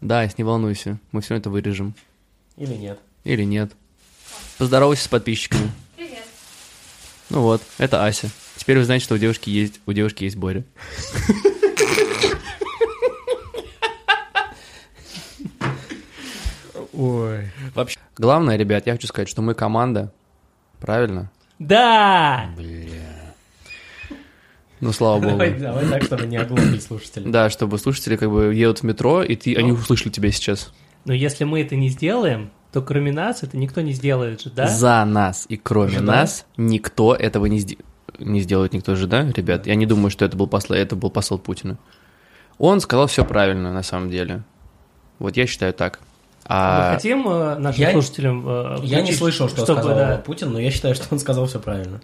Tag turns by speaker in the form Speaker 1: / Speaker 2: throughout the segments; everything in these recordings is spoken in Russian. Speaker 1: Да, с не волнуйся, мы все это вырежем.
Speaker 2: Или нет?
Speaker 1: Или нет. Поздоровайся с подписчиками.
Speaker 3: Привет.
Speaker 1: Ну вот, это Ася. Теперь вы знаете, что у девушки есть, у девушки есть Боря.
Speaker 4: Ой.
Speaker 1: Вообще, главное, ребят, я хочу сказать, что мы команда, правильно?
Speaker 2: Да!
Speaker 1: Ну, слава
Speaker 2: Давай,
Speaker 1: богу.
Speaker 2: давай так, чтобы не оглупить слушателей.
Speaker 1: Да, чтобы слушатели как бы едут в метро, и ты, они услышали тебя сейчас.
Speaker 2: Но если мы это не сделаем, то кроме нас это никто не сделает же, да?
Speaker 1: За нас и кроме
Speaker 2: Жена?
Speaker 1: нас никто этого не, сде- не сделает, никто же, да, ребят? Я не думаю, что это был, посла... это был посол Путина. Он сказал все правильно, на самом деле. Вот я считаю так.
Speaker 2: Мы
Speaker 1: А...
Speaker 2: хотим э, нашим Я- слушателям... э,
Speaker 3: Я не
Speaker 2: включить,
Speaker 3: слышал, что
Speaker 2: чтобы,
Speaker 3: сказал
Speaker 2: да.
Speaker 3: Путин, но я считаю, что он сказал все правильно.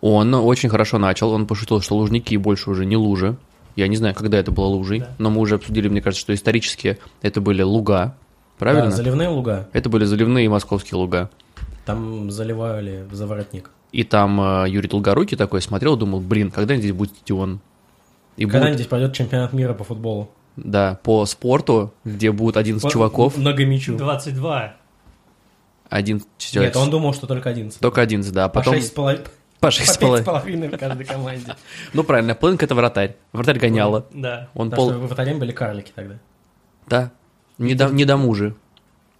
Speaker 1: Он очень хорошо начал. Он пошутил, что лужники больше уже не лужи. Я не знаю, когда это было лужей,
Speaker 2: Да.
Speaker 1: но мы уже обсудили, мне кажется, что исторически это были луга. Правильно?
Speaker 3: Да, заливные луга.
Speaker 1: Это были заливные московские луга.
Speaker 3: Там заливали в заворотник.
Speaker 1: И там э, Юрий Долгорукий такой смотрел, думал, блин, когда-нибудь здесь будет стадион. И
Speaker 3: Когда
Speaker 1: будет,
Speaker 3: здесь пройдет чемпионат мира по футболу?
Speaker 1: да, по спорту, где будет 11
Speaker 3: Вот
Speaker 1: чуваков,
Speaker 3: Многомячу.
Speaker 2: 22.
Speaker 1: 11 человек.
Speaker 3: Нет, он думал, что только 11.
Speaker 1: Только 11, да, а
Speaker 3: По
Speaker 1: потом...
Speaker 3: 6,5.
Speaker 1: По
Speaker 3: По
Speaker 1: шесть с половиной.
Speaker 3: 5,5 в каждой команде.
Speaker 1: Ну правильно, Пленка это вратарь. Вратарь гоняла.
Speaker 2: Да.
Speaker 1: Он
Speaker 3: Потому
Speaker 1: пол...
Speaker 3: что вратарем были карлики тогда.
Speaker 1: Да. Не до, не до мужи.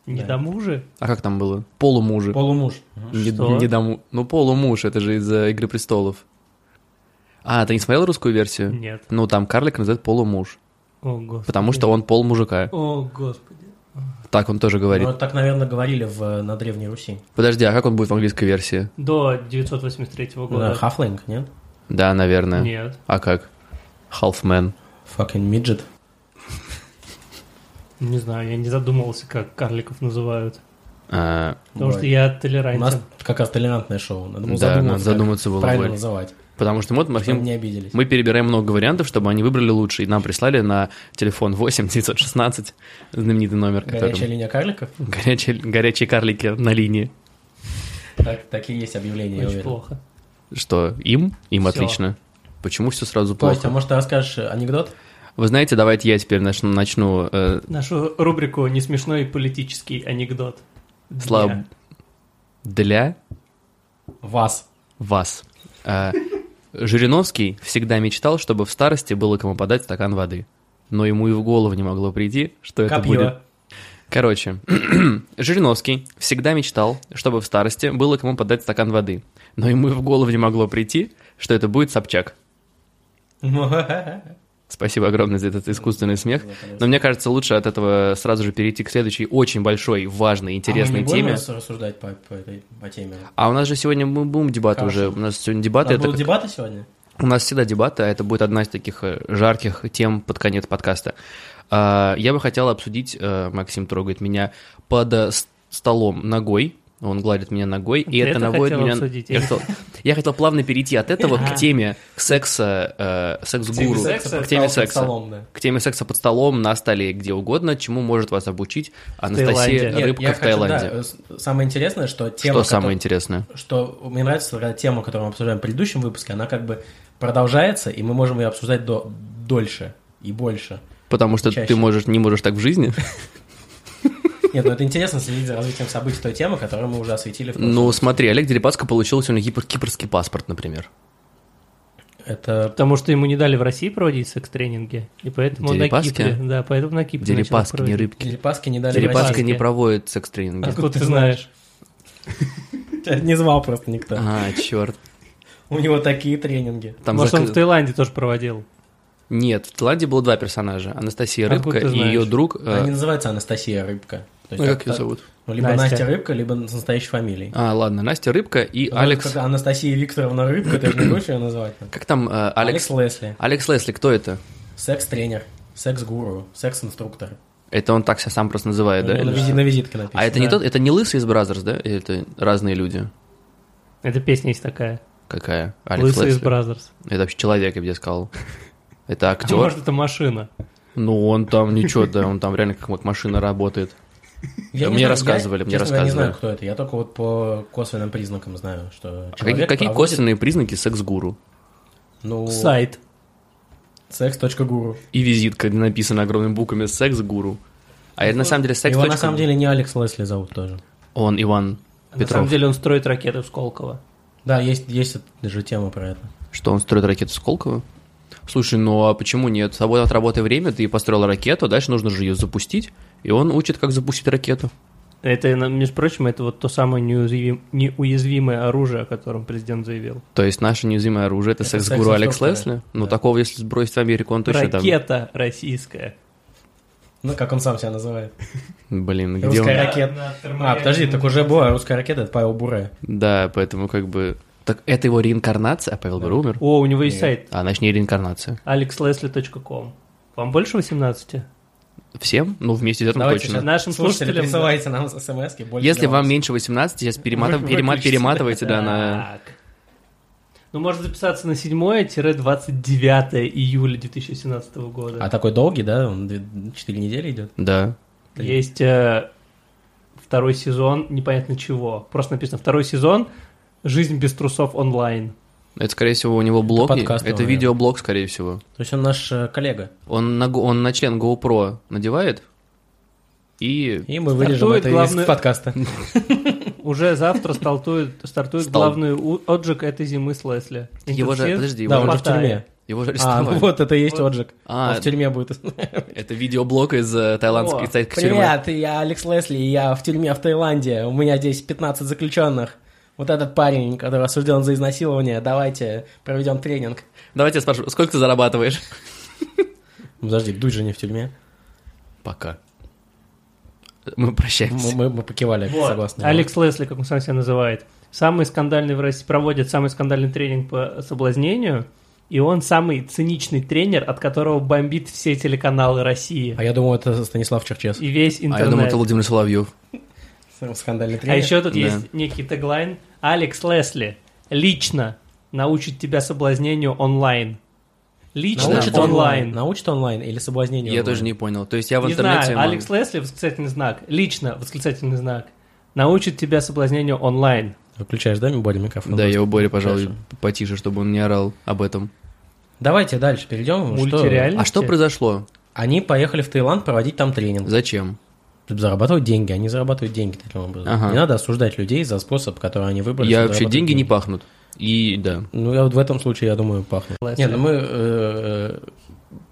Speaker 2: Не
Speaker 3: Да.
Speaker 2: до мужа.
Speaker 1: А как там было? Полумужи.
Speaker 3: Полумуж.
Speaker 1: Не,
Speaker 2: Что?
Speaker 1: не дому. Ну, полумуж, это же из э, «Игры престолов». А, ты не смотрел русскую версию?
Speaker 2: Нет.
Speaker 1: Ну, там карлик называют полумуж,
Speaker 2: О, господи.
Speaker 1: потому что он пол мужика.
Speaker 2: О, господи.
Speaker 1: Так он тоже говорит.
Speaker 3: Ну, так, наверное, говорили в, на Древней Руси.
Speaker 1: Подожди, а как он будет в английской версии?
Speaker 2: До 983
Speaker 3: Да,
Speaker 2: года.
Speaker 3: Хафлинг, нет?
Speaker 1: Да, наверное.
Speaker 2: Нет.
Speaker 1: А как? Halfman.
Speaker 3: Fucking midget.
Speaker 2: Не знаю, я не задумывался, как карликов называют.
Speaker 1: А,
Speaker 2: Потому
Speaker 3: Бывает.
Speaker 2: что я
Speaker 3: У
Speaker 2: толерантен.
Speaker 3: нас как раз толерантное шоу. Надо было
Speaker 1: да, надо
Speaker 3: задуматься, как
Speaker 1: задуматься было.
Speaker 3: правильно
Speaker 1: бы.
Speaker 3: называть.
Speaker 1: Потому что мы, вот,
Speaker 3: Чтобы
Speaker 1: Максим,
Speaker 3: не обиделись.
Speaker 1: мы перебираем много вариантов, чтобы они выбрали лучший. И нам прислали на телефон 8 916 знаменитый номер,
Speaker 3: Горячая
Speaker 1: который...
Speaker 3: линия карликов?
Speaker 1: Горячие, горячие карлики на линии.
Speaker 3: Так, такие есть объявления, я
Speaker 2: Очень
Speaker 3: уверен.
Speaker 2: плохо.
Speaker 1: Что, им? Им
Speaker 2: Всё.
Speaker 1: отлично. Почему все сразу плохо?
Speaker 3: Кость, а может ты расскажешь анекдот?
Speaker 1: Вы знаете, давайте я теперь нач- начну. э,
Speaker 2: Нашу рубрику «Не смешной политический анекдот». Дня.
Speaker 1: слаб- Для
Speaker 3: Вас.
Speaker 1: вас. Э, Жириновский всегда мечтал, чтобы в старости было кому подать стакан воды. Но ему и в голову не могло прийти, что это будет.
Speaker 3: Копье.
Speaker 1: Короче, Жириновский всегда мечтал, чтобы в старости было кому подать стакан воды. Но ему и в голову не могло прийти, что это будет Собчак.
Speaker 3: Ну,
Speaker 1: Спасибо огромное за этот искусственный смех. Но мне кажется, лучше от этого сразу же перейти к следующей очень большой, важной, интересной
Speaker 3: а мы не будем
Speaker 1: теме.
Speaker 3: рас- рассуждать по, по этой по теме?
Speaker 1: А у нас же сегодня мы будем дебаты
Speaker 3: Хорошо.
Speaker 1: уже. У нас сегодня
Speaker 3: Там
Speaker 1: дебаты. это
Speaker 3: будут
Speaker 1: как-
Speaker 3: дебаты сегодня?
Speaker 1: У нас всегда дебаты, а это будет одна из таких э, жарких тем под конец подкаста. А, Я бы хотел обсудить, э, Максим трогает меня под э, с- столом ногой. Он гладит меня ногой, и
Speaker 2: Ты
Speaker 1: это,
Speaker 2: это
Speaker 1: наводит
Speaker 2: хотел
Speaker 1: меня...
Speaker 2: обсудить, А.
Speaker 1: Я
Speaker 2: или-
Speaker 1: хотел, я хотел плавно перейти от этого к теме к секса, э,
Speaker 3: Теме
Speaker 1: секс-гуру,
Speaker 3: секса,
Speaker 1: к теме
Speaker 3: стал под
Speaker 1: секса.
Speaker 3: столом, да.
Speaker 1: К теме секса под столом, на столе, где угодно, чему может вас обучить Анастасия
Speaker 2: Таиланде.
Speaker 3: Нет,
Speaker 1: Рыбка
Speaker 3: я
Speaker 1: в
Speaker 3: хочу, да,
Speaker 1: Таиланде.
Speaker 3: э, с- самое интересное, что
Speaker 1: Что
Speaker 3: тема,
Speaker 1: самое
Speaker 3: кото-
Speaker 1: интересное?
Speaker 3: что мне нравится, когда тема, которую мы обсуждаем в предыдущем выпуске, она как бы продолжается, и мы можем ее обсуждать до... дольше и больше.
Speaker 1: Потому что
Speaker 3: чаще.
Speaker 1: ты можешь, не можешь так в жизни.
Speaker 3: Нет, ну это интересно следить за развитием событий той темы, которую мы уже осветили в прошлом.
Speaker 1: Ну, смотри, Олег Дерипаска получил сегодня гипер- кипрский паспорт, например.
Speaker 3: Это
Speaker 2: Потому что ему не дали в России проводить секс-тренинги, и поэтому на
Speaker 1: Дерипаски?
Speaker 2: Кипре. Да, поэтому на Кипре. начал
Speaker 1: Дерипаски, не
Speaker 2: проводить.
Speaker 1: рыбки.
Speaker 3: Дерипаски не дали
Speaker 1: Дерипаска
Speaker 2: Дерипаски.
Speaker 1: не проводит секс-тренинги.
Speaker 2: Откуда ты знаешь?
Speaker 3: России. Тебя Не звал просто никто.
Speaker 1: А, черт.
Speaker 3: У него такие тренинги.
Speaker 1: Там
Speaker 2: Может, он
Speaker 1: зак-
Speaker 2: в Таиланде тоже проводил.
Speaker 1: Нет, в Таиланде было два персонажа. Анастасия
Speaker 2: А Откуда
Speaker 1: Рыбка
Speaker 2: ты
Speaker 1: и ее
Speaker 2: знаешь?
Speaker 1: друг... э,
Speaker 3: Они называются Анастасия Рыбка.
Speaker 1: а
Speaker 3: То есть
Speaker 1: Как
Speaker 3: та-
Speaker 1: ее зовут?
Speaker 3: ну, Либо
Speaker 2: Настя.
Speaker 3: Настя Рыбка, либо с настоящей фамилией.
Speaker 1: А, ладно, Настя Рыбка и
Speaker 3: Ну,
Speaker 1: Алекс...
Speaker 3: когда Анастасия Викторовна Рыбка, ты же не будешь ее называть? ну?
Speaker 1: Как там э, Алекс...
Speaker 3: Алекс Лесли.
Speaker 1: Алекс Лесли, кто это?
Speaker 3: Секс-тренер. Секс-гуру. Секс-инструктор.
Speaker 1: Это он так себя сам просто называет, да?
Speaker 3: Ну, На
Speaker 1: Или-
Speaker 3: визи- на визитке написано.
Speaker 1: А это не
Speaker 2: да.
Speaker 1: тот, это не Лысый из Бразерс, да? Или Это разные люди.
Speaker 2: Это песня есть такая.
Speaker 1: Какая? Алекс
Speaker 2: Лысый из
Speaker 1: Лесли.
Speaker 2: Бразерс.
Speaker 1: Это вообще человек, я бы тебе сказал. Это
Speaker 2: А
Speaker 1: актер.
Speaker 2: Может, это машина.
Speaker 1: Ну, он там ничего, да, он там реально как машина работает.
Speaker 3: Я не
Speaker 1: Мне
Speaker 3: знаю,
Speaker 1: рассказывали,
Speaker 3: я,
Speaker 1: мне
Speaker 3: честно говоря, не
Speaker 1: рассказывали.
Speaker 3: знаю, кто это. Я только вот по косвенным признакам знаю, что
Speaker 1: А какие,
Speaker 3: человек
Speaker 1: какие
Speaker 3: проводит,
Speaker 1: косвенные признаки секс-гуру?
Speaker 3: Ну,
Speaker 2: Сайт.
Speaker 3: секс.гуру.
Speaker 1: И визитка, где написано огромными буквами «секс-гуру». А я на самом деле сайт
Speaker 3: Его
Speaker 1: точка-
Speaker 3: на самом деле не Алекс Лесли зовут тоже.
Speaker 1: Он Иван
Speaker 2: На самом
Speaker 1: Петров.
Speaker 2: деле он строит ракеты в Сколково.
Speaker 3: Да, есть, есть же тема про это.
Speaker 1: Что он строит ракету Сколково? Слушай, ну а почему нет? С тобой отработай время, ты построил ракету, дальше нужно же ее запустить. И он учит, как запустить ракету.
Speaker 2: Это, на- между прочим, это вот то самое неуязвим- неуязвимое оружие, о котором президент заявил.
Speaker 1: То есть наше неуязвимое оружие это,
Speaker 3: Это
Speaker 1: секс-гуру Алекс
Speaker 3: секс-инструктор,
Speaker 1: Лесли. Ну
Speaker 3: да.
Speaker 1: такого, если сбросить в Америку, он точно
Speaker 2: Ракета российская.
Speaker 3: Ну, как он сам себя называет.
Speaker 1: там. Блин, где
Speaker 3: Русская
Speaker 1: он?
Speaker 3: ракета. А,
Speaker 1: Э,
Speaker 3: подожди, так уже была русская ракета, это Павел Буре.
Speaker 1: Да, поэтому как бы. Так это его реинкарнация, а Павел Буре умер.
Speaker 2: О, у него есть
Speaker 3: Нет.
Speaker 2: сайт
Speaker 1: А значит не реинкарнация.
Speaker 2: alexleslie.com. Вам больше 18?
Speaker 1: Всем? Ну, вместе взятым
Speaker 3: Давайте
Speaker 1: точно.
Speaker 3: сейчас
Speaker 2: Нашим
Speaker 3: слушатели
Speaker 2: слушателям,
Speaker 3: присылайте нам смс больше
Speaker 1: Если
Speaker 3: для
Speaker 1: вам
Speaker 3: вас.
Speaker 1: меньше 18, сейчас перематыв-
Speaker 3: Вы-
Speaker 1: перема-
Speaker 3: выключите.
Speaker 1: перематывайте, да, на...
Speaker 2: Так. Ну, можно записаться на 7-29 июля 2017 года.
Speaker 3: А такой долгий, да? Он две- четыре недели идет.
Speaker 1: Да.
Speaker 2: Есть э, второй сезон, непонятно чего. Просто написано второй сезон «Жизнь без трусов онлайн».
Speaker 1: Это, скорее всего, у него блог. и-
Speaker 3: подкаст,
Speaker 1: Это,
Speaker 3: наверное.
Speaker 1: видеоблог, скорее всего.
Speaker 3: То есть он наш э, коллега.
Speaker 1: Он на, го- он на член GoPro надевает и...
Speaker 3: И мы вырежем
Speaker 2: Стартует
Speaker 3: это
Speaker 2: главное-
Speaker 3: из подкаста.
Speaker 2: Уже завтра стартует, стартует
Speaker 1: Стал.
Speaker 2: главный у- отжиг этой зимы с Лесли.
Speaker 1: Его же...
Speaker 2: Интенсив.
Speaker 1: Подожди, его,
Speaker 3: Да, он
Speaker 1: же,
Speaker 3: же в тюрьме.
Speaker 1: его же
Speaker 3: А, ну
Speaker 1: арестовали.
Speaker 3: вот это и есть
Speaker 2: Вот.
Speaker 3: отжиг.
Speaker 1: А,
Speaker 3: Он в тюрьме будет.
Speaker 1: это видеоблог из э,
Speaker 2: О,
Speaker 1: тайландской из тайской тюрьмы.
Speaker 3: Привет, я Алекс Лесли, я в тюрьме в Таиланде. У меня здесь 15 заключенных. Вот этот парень, который осужден за изнасилование, давайте проведем тренинг.
Speaker 1: Давайте я спрошу, сколько ты зарабатываешь?
Speaker 3: Ну, Подожди, Дудь же не в тюрьме.
Speaker 1: Пока. Мы
Speaker 3: Мы,
Speaker 1: прощаемся.
Speaker 3: мы- мы покивали,
Speaker 2: Вот.
Speaker 3: согласны.
Speaker 2: Алекс Лесли, как он сам себя называет, самый скандальный в России, проводит самый скандальный тренинг по соблазнению, и он самый циничный тренер, от которого бомбит все телеканалы России
Speaker 3: А я думал, это Станислав Черчес.
Speaker 2: и весь
Speaker 1: А я думаю,
Speaker 2: интернет.
Speaker 1: это Владимир Соловьев.
Speaker 3: Скандальный тренер.
Speaker 2: А еще тут
Speaker 1: Да.
Speaker 2: есть некий теглайн «Алекс Лесли лично научит тебя соблазнению онлайн». Лично
Speaker 1: Научит
Speaker 2: онлайн.
Speaker 3: Научит онлайн или соблазнение
Speaker 1: Я
Speaker 3: онлайн?
Speaker 1: тоже не понял. То есть я в
Speaker 2: Не
Speaker 1: интернете...
Speaker 2: знаю,
Speaker 1: могу-
Speaker 2: Алекс Лесли, восклицательный знак, лично, восклицательный знак, научит тебя соблазнению онлайн.
Speaker 3: Выключаешь, да, более микрофон?
Speaker 1: Да, я у Бори, пожалуй,
Speaker 3: Хорошо.
Speaker 1: потише, чтобы он не орал об этом.
Speaker 3: Давайте дальше перейдем.
Speaker 2: Мультсериальный?
Speaker 1: А что
Speaker 2: Знаете?
Speaker 1: произошло?
Speaker 3: Они поехали в Таиланд проводить там тренинг.
Speaker 1: Зачем?
Speaker 3: Чтобы зарабатывать деньги. Они зарабатывают деньги таким образом.
Speaker 1: Ага.
Speaker 3: Не надо осуждать людей за способ, который они выбрали.
Speaker 1: Я
Speaker 3: чтобы
Speaker 1: вообще
Speaker 3: зарабатывать
Speaker 1: деньги не пахнут. И да.
Speaker 3: Ну, я вот в этом случае, я думаю, пахнет.
Speaker 2: Лесли.
Speaker 3: Не, ну мы э,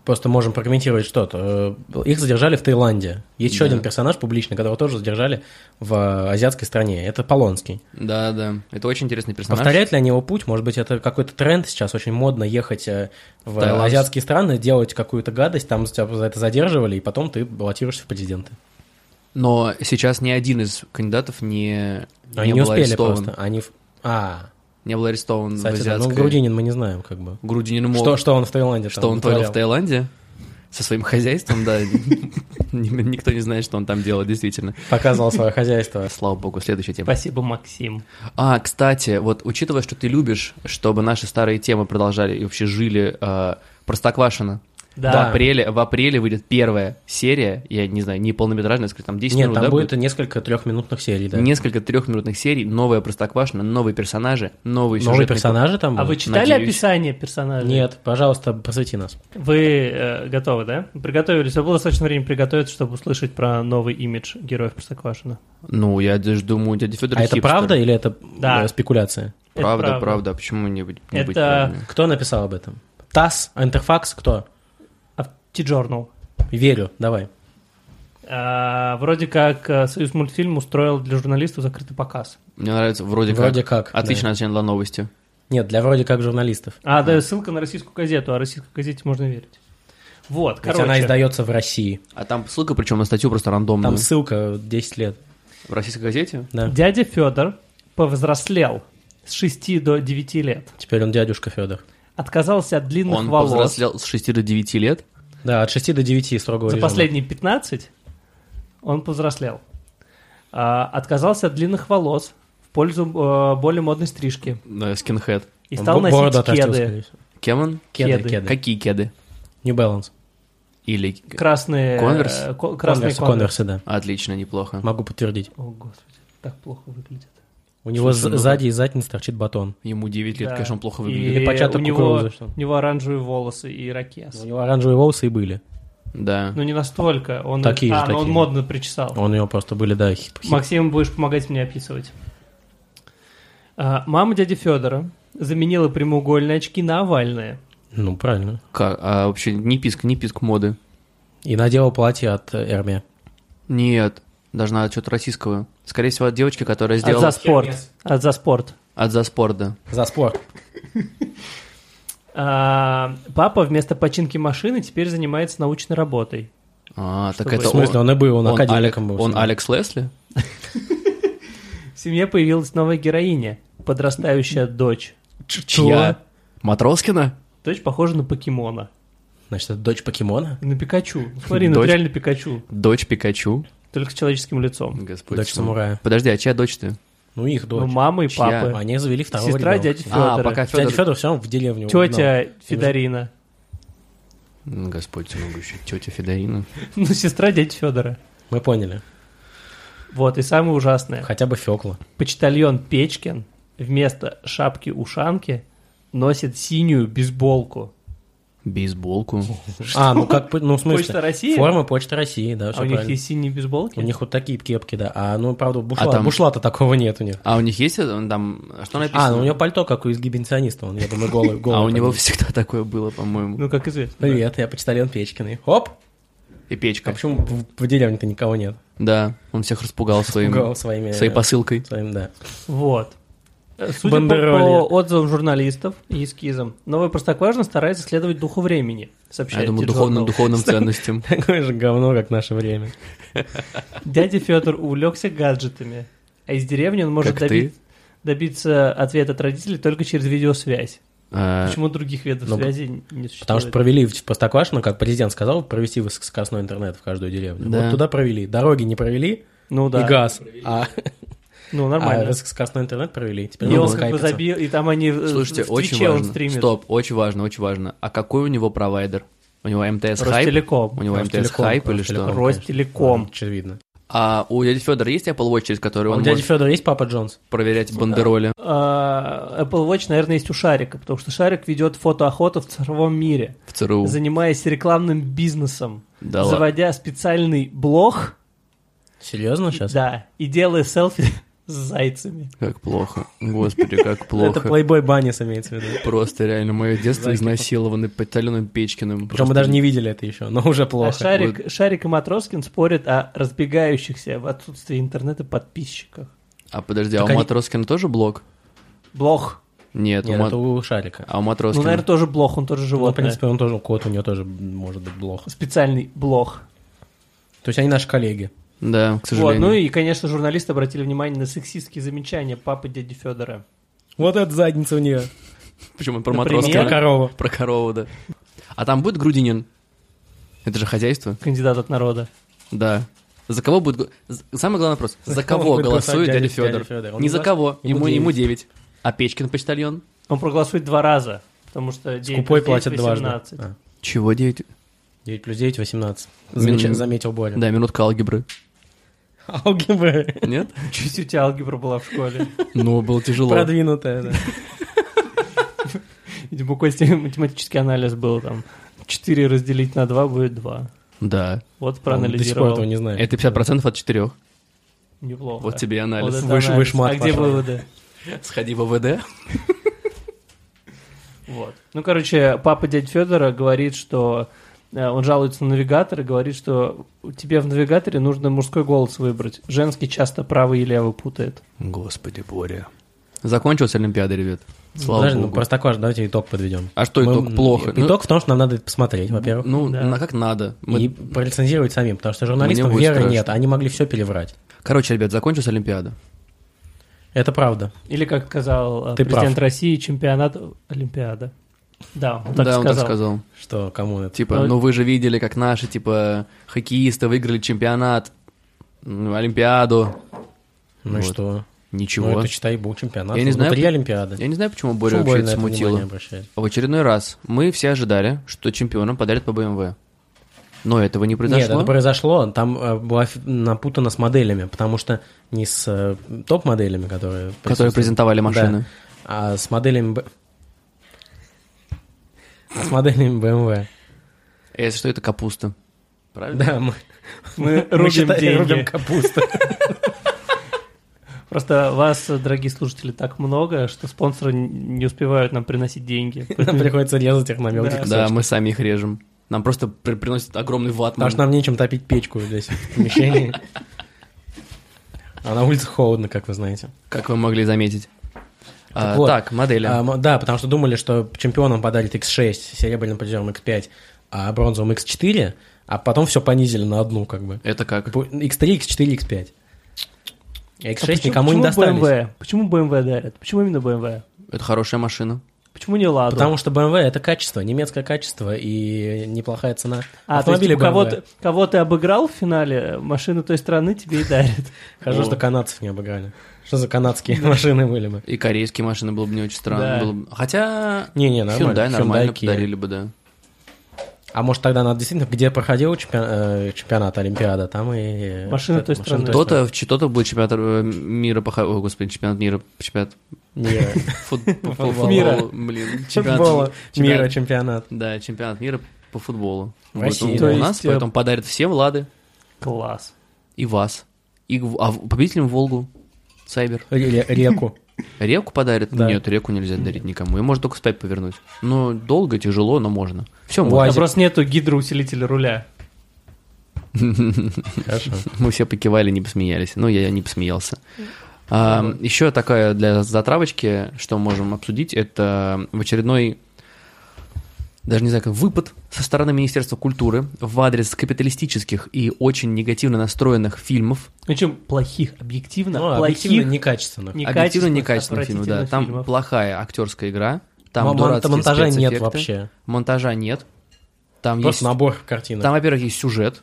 Speaker 3: просто можем прокомментировать что-то. Э, Их задержали в Таиланде. Есть еще
Speaker 1: Да.
Speaker 3: один персонаж публичный, которого тоже задержали в э, азиатской стране. Это Полонский.
Speaker 1: Да, да. Это очень интересный персонаж.
Speaker 3: Повторяют ли они его путь? Может быть, это какой-то тренд сейчас. Очень модно ехать э, в
Speaker 1: Таиланд.
Speaker 3: азиатские страны, делать какую-то гадость, там тебя за это задерживали, и потом ты баллотируешься в президенты.
Speaker 1: Но сейчас ни один из кандидатов не,
Speaker 3: Они
Speaker 1: не,
Speaker 3: не
Speaker 1: был
Speaker 3: успели
Speaker 1: арестован.
Speaker 3: просто. Они... в- А,
Speaker 1: Не был арестован
Speaker 3: кстати,
Speaker 1: в
Speaker 3: да, ну,
Speaker 1: азиатской...
Speaker 3: Грудинин мы не знаем, как бы.
Speaker 1: Грудинин мог,
Speaker 3: Что,
Speaker 1: что,
Speaker 3: что он в Таиланде там
Speaker 1: он творил в
Speaker 3: вытворял.
Speaker 1: Таиланде со своим хозяйством, да. Ни- Никто не знает, что он там делал, действительно.
Speaker 3: Показывал свое хозяйство.
Speaker 1: Слава богу, следующая тема.
Speaker 2: Спасибо, Максим.
Speaker 1: А, кстати, вот учитывая, что ты любишь, чтобы наши старые темы продолжали и вообще жили э, Простоквашино.
Speaker 2: Да.
Speaker 1: В апреле, в апреле выйдет первая серия, я не знаю, не полнометражная, скажем, там 10
Speaker 3: Нет,
Speaker 1: минут,
Speaker 3: там
Speaker 1: да,
Speaker 3: будет несколько трехминутных серий, да.
Speaker 1: Несколько трехминутных серий, новая Простоквашина, новые персонажи, новые сюжеты.
Speaker 3: Новые персонажи там
Speaker 2: А вы
Speaker 3: будут?
Speaker 2: читали
Speaker 1: надеюсь.
Speaker 2: описание персонажа?
Speaker 3: Нет, пожалуйста, просвети нас. А
Speaker 2: Вы э, готовы, да? Приготовились? У вас было достаточно времени приготовиться, чтобы услышать про новый имидж героев Простоквашина.
Speaker 1: Ну, я даже думаю, дядя Федор
Speaker 3: А это правда или это
Speaker 2: Да.
Speaker 3: э, спекуляция?
Speaker 2: Это
Speaker 1: Правда,
Speaker 2: правда.
Speaker 1: правда, а Почему не быть, не
Speaker 2: Это-
Speaker 1: быть правильным?
Speaker 3: Кто написал об этом? ТАСС, Интерфакс, кто?
Speaker 2: А T-Journal.
Speaker 3: Верю, давай.
Speaker 2: А, вроде как э, Союз мультфильм устроил для журналистов закрытый показ.
Speaker 1: Мне нравится вроде,
Speaker 3: Вроде
Speaker 1: как.
Speaker 3: как. да.
Speaker 1: Отличное начало для новости.
Speaker 3: Нет, для вроде как журналистов.
Speaker 2: А, да, ссылка на российскую газету, а российской газете можно верить. Вот,
Speaker 3: Ведь она
Speaker 2: короче.
Speaker 3: издается в России.
Speaker 1: А там ссылка, причем на статью просто
Speaker 3: Там
Speaker 1: рандомную.
Speaker 3: ссылка 10 лет.
Speaker 1: В российской газете?
Speaker 3: Да.
Speaker 2: Дядя Федор повзрослел с 6 до 9 лет.
Speaker 3: Теперь он дядюшка Федор.
Speaker 2: Отказался от длинных
Speaker 1: Он
Speaker 2: волос
Speaker 1: повзрослел с 6 до 9 лет.
Speaker 3: Да, от 6 до 9 строгого
Speaker 2: за
Speaker 3: режима.
Speaker 2: последние 15. Он повзрослел. А, отказался от длинных волос в пользу э, более модной стрижки.
Speaker 1: Да, Э, скинхед.
Speaker 2: И
Speaker 3: Он
Speaker 2: стал
Speaker 3: бо- бороду
Speaker 2: носить
Speaker 3: отрастил,
Speaker 2: кеды.
Speaker 3: скорее всего.
Speaker 1: Кем он?
Speaker 3: Кеды,
Speaker 2: Кеды.
Speaker 3: кеды.
Speaker 1: Какие кеды?
Speaker 3: New Balance.
Speaker 1: Или...
Speaker 2: Красные...
Speaker 1: Конверс?
Speaker 2: э, ко- красные
Speaker 3: Конверсы, конверсы, да.
Speaker 1: Отлично, неплохо.
Speaker 3: Могу подтвердить.
Speaker 2: О, господи, так плохо выглядит.
Speaker 3: У него
Speaker 1: Слушай,
Speaker 3: з-
Speaker 1: ну-
Speaker 3: сзади из задницы торчит батон.
Speaker 1: Ему 9 лет,
Speaker 2: Да.
Speaker 1: конечно, он плохо
Speaker 2: И
Speaker 1: выглядит.
Speaker 3: Или початок
Speaker 2: у него,
Speaker 3: кукурузы, что ли?
Speaker 2: у него оранжевые волосы и ракес.
Speaker 3: У него оранжевые волосы и были.
Speaker 1: Да.
Speaker 2: Ну, не настолько. Он...
Speaker 3: Такие
Speaker 2: а,
Speaker 3: же,
Speaker 2: ну, он
Speaker 3: такие.
Speaker 2: модно причесал.
Speaker 3: Он у него просто были, да, хип- хип-
Speaker 2: Максим, будешь помогать мне описывать. А, мама дяди Федора заменила прямоугольные очки на овальные.
Speaker 3: Ну, правильно.
Speaker 1: Ка- а вообще не писк, не писк моды.
Speaker 3: И надела платье от э, Эрме.
Speaker 1: Нет, должна что-то российского. Скорее всего, от девочки, которая
Speaker 2: От
Speaker 1: сделала...
Speaker 2: за спорт.
Speaker 3: Хермес.
Speaker 2: От за спорт.
Speaker 1: От Заспорт, да.
Speaker 3: За спорт.
Speaker 2: А, папа вместо починки машины теперь занимается научной работой.
Speaker 1: А, так
Speaker 2: Чтобы-
Speaker 1: это
Speaker 3: В смысле,
Speaker 1: он,
Speaker 3: он и был, он,
Speaker 1: он Алек-
Speaker 3: академиком был.
Speaker 1: он
Speaker 3: всегда.
Speaker 1: Алекс Лесли?
Speaker 2: В семье появилась новая героиня, подрастающая дочь.
Speaker 1: Чья? Матроскина?
Speaker 2: Дочь похожа на покемона.
Speaker 3: Значит, это дочь покемона?
Speaker 2: На Пикачу. Смотри, ну
Speaker 1: Дочь-
Speaker 2: это реально Пикачу,
Speaker 1: Дочь Пикачу?
Speaker 2: только с человеческим лицом.
Speaker 1: Господь.
Speaker 3: дочь
Speaker 1: сам.
Speaker 3: самурая.
Speaker 1: Подожди, а чья дочь ты?
Speaker 3: Ну, их
Speaker 2: Ну,
Speaker 3: дочь.
Speaker 2: мама и
Speaker 1: Чья?
Speaker 2: папа.
Speaker 3: Они завели второго
Speaker 2: Сестра
Speaker 3: ребенка.
Speaker 2: дяди
Speaker 1: А,
Speaker 2: Федора.
Speaker 1: пока
Speaker 3: Дядя
Speaker 1: Федор...
Speaker 3: Федор все равно в деревню.
Speaker 2: Тетя Федорина.
Speaker 1: М, Господь всемогущий, тетя Федорина.
Speaker 2: Ну, сестра дяди Федора.
Speaker 3: угнал. Мы поняли.
Speaker 2: Вот, и самое ужасное.
Speaker 3: Хотя бы Фекла.
Speaker 2: Почтальон Печкин вместо шапки-ушанки носит синюю бейсболку.
Speaker 1: Бейсболку.
Speaker 3: А, ну как, бы- ну в смысле?
Speaker 2: Почта России?
Speaker 3: Форма Почта России, да,
Speaker 2: а
Speaker 3: все
Speaker 2: у них
Speaker 3: правильно.
Speaker 2: есть синие бейсболки?
Speaker 3: У них вот такие кепки, да. А, ну, правда, бушла,
Speaker 1: А там-
Speaker 3: бушла-то такого нет у них.
Speaker 1: А у них есть э, там... Что написано?
Speaker 3: А, ну у него пальто, как у изгибенциониста, он, я думаю, голый. голый
Speaker 1: А у него
Speaker 3: поднимет.
Speaker 1: всегда такое было, по-моему.
Speaker 2: Ну, как известно.
Speaker 3: Привет, я почтальон Печкиный. Оп!
Speaker 1: И
Speaker 3: А
Speaker 1: печка.
Speaker 3: почему в, в деревне-то никого нет?
Speaker 1: Да, он всех распугал своим...
Speaker 3: Гол своими...
Speaker 1: Своей посылкой.
Speaker 3: своим, да.
Speaker 2: Вот. Э, Судя по,
Speaker 3: Бандеролье.
Speaker 2: по отзывам журналистов и эскизам, новая простокважина старается следовать духу времени,
Speaker 1: Я
Speaker 2: сообщает
Speaker 1: думаю, духовным,
Speaker 2: Диджорнал.
Speaker 1: духовным ценностям.
Speaker 3: Такое же говно, как наше время.
Speaker 2: Дядя Федор увлекся гаджетами, а из деревни он может
Speaker 1: Как ты?
Speaker 2: доби- добиться ответа от родителей только через видеосвязь.
Speaker 1: А,
Speaker 2: Почему других видов
Speaker 3: ну,
Speaker 2: связи не существует?
Speaker 3: Потому что провели в Простоквашино, как президент сказал, провести высокоскоростной интернет в каждую деревню.
Speaker 1: Да.
Speaker 3: Вот туда провели. Дороги не провели
Speaker 2: Ну да,
Speaker 3: и газ. А,
Speaker 2: ну
Speaker 3: а
Speaker 2: нормально.
Speaker 3: высокоскоростной интернет провели. Теперь
Speaker 2: И
Speaker 1: Ну,
Speaker 2: он
Speaker 3: можно
Speaker 2: как бы
Speaker 3: скайпиться.
Speaker 2: забил, и там они э,
Speaker 1: Слушайте,
Speaker 2: в
Speaker 1: очень
Speaker 2: Твиче он
Speaker 1: важно.
Speaker 2: стримит.
Speaker 1: Стоп, очень важно, очень важно. А какой у него провайдер? У него МТС Хайп?
Speaker 2: Ростелеком.
Speaker 1: У него МТС
Speaker 3: Ростелеком,
Speaker 1: Хайп или
Speaker 3: Ростелеком.
Speaker 1: что?
Speaker 2: Ростелеком.
Speaker 3: Очевидно.
Speaker 1: А у дяди Федора есть Apple Watch, через который
Speaker 3: А у
Speaker 1: он
Speaker 3: дяди
Speaker 1: может
Speaker 3: Федора есть папа Джонс?
Speaker 1: проверять бандероли?
Speaker 2: А, Apple Watch, наверное, есть у Шарика, потому что Шарик ведет фотоохоту в цифровом мире,
Speaker 1: В ЦРУ.
Speaker 2: занимаясь рекламным бизнесом,
Speaker 1: Да ладно.
Speaker 2: заводя специальный блог,
Speaker 3: Серьезно сейчас?
Speaker 2: да, и делая селфи с зайцами.
Speaker 1: Как плохо. Господи, как
Speaker 3: Это
Speaker 1: плохо.
Speaker 3: Playboy Bunnies имеется в виду.
Speaker 1: Просто реально мое детство изнасиловано Паталеном Печкиным.
Speaker 3: Причем мы
Speaker 1: Просто
Speaker 3: даже не видели это еще, но уже
Speaker 2: А
Speaker 3: плохо.
Speaker 2: Шарик, Шарик и Матроскин спорят о разбегающихся в отсутствии интернета подписчиках.
Speaker 1: А подожди, а у
Speaker 3: Так они-
Speaker 1: Матроскина тоже блок?
Speaker 2: Блог.
Speaker 1: Нет, у
Speaker 3: Нет,
Speaker 1: Мат-
Speaker 3: это у Шарика.
Speaker 1: а у
Speaker 2: Ну,
Speaker 1: Матроскина.
Speaker 2: наверное, тоже блог, он тоже
Speaker 3: Ну, в
Speaker 2: животное.
Speaker 3: принципе, он тоже, у кот у него тоже может быть блох.
Speaker 2: Специальный блог.
Speaker 3: То есть они наши коллеги.
Speaker 1: Да, к
Speaker 2: Вот,
Speaker 1: сожалению.
Speaker 2: ну и, конечно, журналисты обратили внимание на сексистские замечания папы дяди Федора.
Speaker 3: Вот эта задница у нее.
Speaker 1: Почему он про
Speaker 2: Например?
Speaker 1: Матроскина?
Speaker 2: Про
Speaker 3: корову.
Speaker 1: Про корову, да. А там будет Грудинин? Это же хозяйство?
Speaker 2: Кандидат от народа.
Speaker 1: Да. За кого будет... го- з- Самый главный вопрос. За,
Speaker 3: За кого
Speaker 1: кого
Speaker 3: будет
Speaker 1: голосует
Speaker 3: голосовать
Speaker 1: дядя
Speaker 3: дядя
Speaker 1: Федор?
Speaker 3: Фёдор? Он
Speaker 1: Не
Speaker 3: не
Speaker 1: за
Speaker 3: за-
Speaker 1: кого.
Speaker 3: ему
Speaker 1: Ему, ему
Speaker 3: девять.
Speaker 1: 9. А Печкин почтальон?
Speaker 2: Он проголосует два раза, потому что девять
Speaker 3: Скупой
Speaker 2: плюс девять
Speaker 3: платят дважды.
Speaker 2: 18.
Speaker 3: А,
Speaker 1: Чего 9?
Speaker 3: 9 плюс 9, 18.
Speaker 1: Мин-
Speaker 3: Замеч- Заметил Боря.
Speaker 1: Да, минутка алгебры.
Speaker 3: Алгебра
Speaker 1: Нет?
Speaker 2: Чуть у тебя алгебра была в школе.
Speaker 1: Ну, было тяжело.
Speaker 3: продвинутая, да.
Speaker 2: Видимо, у Кости математический анализ был там. 4 разделить на 2 будет 2.
Speaker 1: Да.
Speaker 2: Вот
Speaker 3: Он Ну, До сих пор этого
Speaker 2: проанализировал.
Speaker 3: не знаю.
Speaker 1: Это 50% от 4.
Speaker 2: Неплохо.
Speaker 1: Вот тебе и
Speaker 2: Вот
Speaker 1: анализ.
Speaker 2: это
Speaker 3: Выше-
Speaker 2: анализ.
Speaker 3: выше мат
Speaker 2: А где
Speaker 3: пошел.
Speaker 2: выводы?
Speaker 1: Сходи в ВВД.
Speaker 2: Вот. Ну, короче, папа дядь Федора говорит, что э, он жалуется на навигатор и говорит, что тебе в навигаторе нужно мужской голос выбрать. Женский часто правый и левый путает.
Speaker 1: Господи, Боря. Закончилась Олимпиада, ребят. Слава
Speaker 3: Подожди, ну
Speaker 1: богу.
Speaker 3: просто такое, давайте итог подведем.
Speaker 1: А что
Speaker 3: Мы-
Speaker 1: итог плохо? Ну,
Speaker 3: Итог в том, что нам надо это посмотреть, во-первых.
Speaker 1: Ну,
Speaker 2: Да.
Speaker 1: на как надо. Мы-
Speaker 3: И прорецензировать самим, потому что журналистам
Speaker 1: будет
Speaker 3: веры
Speaker 1: страшно.
Speaker 3: нет, они могли все переврать.
Speaker 1: Короче, ребят, закончилась Олимпиада.
Speaker 3: Это правда.
Speaker 2: Или, как сказал э,
Speaker 3: Ты
Speaker 2: президент
Speaker 3: прав.
Speaker 2: России, чемпионат Олимпиада. Да, он так
Speaker 1: да,
Speaker 2: сказал.
Speaker 1: он так сказал.
Speaker 3: Что, кому это?
Speaker 1: Типа,
Speaker 2: Ну,
Speaker 1: ну вы же видели, как наши, типа, хоккеисты выиграли чемпионат, м, Олимпиаду.
Speaker 3: Ну и
Speaker 1: Вот.
Speaker 3: что? Ну
Speaker 1: Ничего.
Speaker 3: это, считай, был чемпионат. Ну,
Speaker 1: Я не знаю,
Speaker 3: Внутри
Speaker 1: по-
Speaker 3: Олимпиады.
Speaker 1: Я не знаю, почему Боря вообще
Speaker 3: Почему Боря
Speaker 1: это
Speaker 3: на это внимание
Speaker 1: смутило.
Speaker 3: обращает?
Speaker 1: В очередной раз мы все ожидали, что чемпионам подарят по БМВ. Но этого не
Speaker 3: Нет, это
Speaker 1: произошло.
Speaker 3: произошло, там э, была ф- напутано с моделями, потому что не с э, топ-моделями, которые...
Speaker 1: Которые
Speaker 3: присутствуют,
Speaker 1: презентовали машины.
Speaker 3: да, а с моделями... Б- А с моделями BMW.
Speaker 1: Если А что, это капуста. правильно?
Speaker 3: Да, мы,
Speaker 2: Мы
Speaker 3: мы
Speaker 2: рубим
Speaker 3: считаем,
Speaker 2: деньги.
Speaker 3: рубим капусту.
Speaker 2: Просто вас, дорогие слушатели, так много, что спонсоры н- не успевают нам приносить деньги.
Speaker 3: Нам
Speaker 2: Поэтому-
Speaker 3: приходится резать их на мелкие
Speaker 2: Да.
Speaker 1: Да,
Speaker 3: кусочки.
Speaker 1: мы сами их режем. Нам просто при- приносят огромный ватман.
Speaker 3: Потому что нам нечем топить печку здесь, в помещении. А на улице холодно, как вы знаете.
Speaker 1: Как вы могли заметить. А,
Speaker 3: вот.
Speaker 1: так, модели.
Speaker 3: А, м- да, потому что думали, что чемпионам подарит X6, серебряным призером X5, а бронзовым X4, а потом все понизили на одну, как бы.
Speaker 1: Это как?
Speaker 3: Бу- X3, X4, X5. А
Speaker 2: А
Speaker 3: X6
Speaker 2: почему-
Speaker 3: никому не
Speaker 2: почему
Speaker 3: достались.
Speaker 2: BMW? Почему BMW дарят? Почему именно BMW?
Speaker 1: Это хорошая машина.
Speaker 2: Почему не Ладу? А,
Speaker 3: Потому что BMW это качество, немецкое качество и неплохая цена.
Speaker 2: А, то есть,
Speaker 3: Автомобили
Speaker 2: у кого,
Speaker 3: BMW.
Speaker 2: ты, кого ты обыграл в финале, машину той страны тебе и дарят.
Speaker 3: Хорошо,
Speaker 1: О.
Speaker 3: что канадцев не обыграли. Что за канадские машины были бы?
Speaker 1: И корейские машины было бы не очень странно.
Speaker 2: Да.
Speaker 1: Было бы- Хотя
Speaker 3: Не-не, нормально.
Speaker 1: Hyundai нормально
Speaker 3: Hyundai, Kia.
Speaker 1: подарили бы, да.
Speaker 3: А может тогда надо действительно, где проходил чемпион- э, чемпионат Олимпиада, там и...
Speaker 2: Машины той страны.
Speaker 3: машины
Speaker 1: Кто-то в Чито-то был чемпионат э, мира по... ха- Ой, господи, чемпионат мира, чемпионат
Speaker 3: Мира.
Speaker 1: фут- по футболу.
Speaker 3: Мира.
Speaker 1: Блин, чемпионат
Speaker 3: Футбола.
Speaker 1: чемпионат-
Speaker 3: Мира чемпионат.
Speaker 1: Да, чемпионат мира по футболу.
Speaker 3: В
Speaker 1: Вот
Speaker 3: России,
Speaker 1: он
Speaker 3: да.
Speaker 1: у
Speaker 2: То
Speaker 1: нас,
Speaker 2: есть, э,
Speaker 1: поэтому подарят все Влады
Speaker 2: Класс.
Speaker 1: и вас. И, в- а в- победителям Волгу, Сайбер.
Speaker 3: Ре- Реку.
Speaker 1: Реку подарят?
Speaker 3: Да.
Speaker 1: Нет, реку нельзя дарить никому. Ее можно только спать повернуть. Но долго, тяжело, но можно. Все,
Speaker 3: Ой.
Speaker 1: мы,
Speaker 2: А
Speaker 3: Азик.
Speaker 2: просто нету гидроусилителя руля.
Speaker 3: Хорошо.
Speaker 1: мы все покивали, не посмеялись. Ну, я не посмеялся. А, еще такая для затравочки, что можем обсудить, это в очередной даже не знаю, как выпад со стороны Министерства культуры в адрес капиталистических и очень негативно настроенных фильмов,
Speaker 2: Причем Ну, плохих, объективно,
Speaker 3: Ну, объективно
Speaker 2: плохих,
Speaker 3: некачественно.
Speaker 1: объективно
Speaker 2: некачественных,
Speaker 1: некачественных фильмов, да.
Speaker 2: отвратительных
Speaker 1: Там
Speaker 2: фильмов.
Speaker 1: плохая актерская игра, там
Speaker 3: Мон-
Speaker 1: дурацкие
Speaker 3: Монтажа нет
Speaker 1: спецэффекты.
Speaker 3: вообще.
Speaker 1: Монтажа нет. Там
Speaker 3: Просто
Speaker 1: есть...
Speaker 3: набор картинок.
Speaker 1: Там, во-первых, есть сюжет.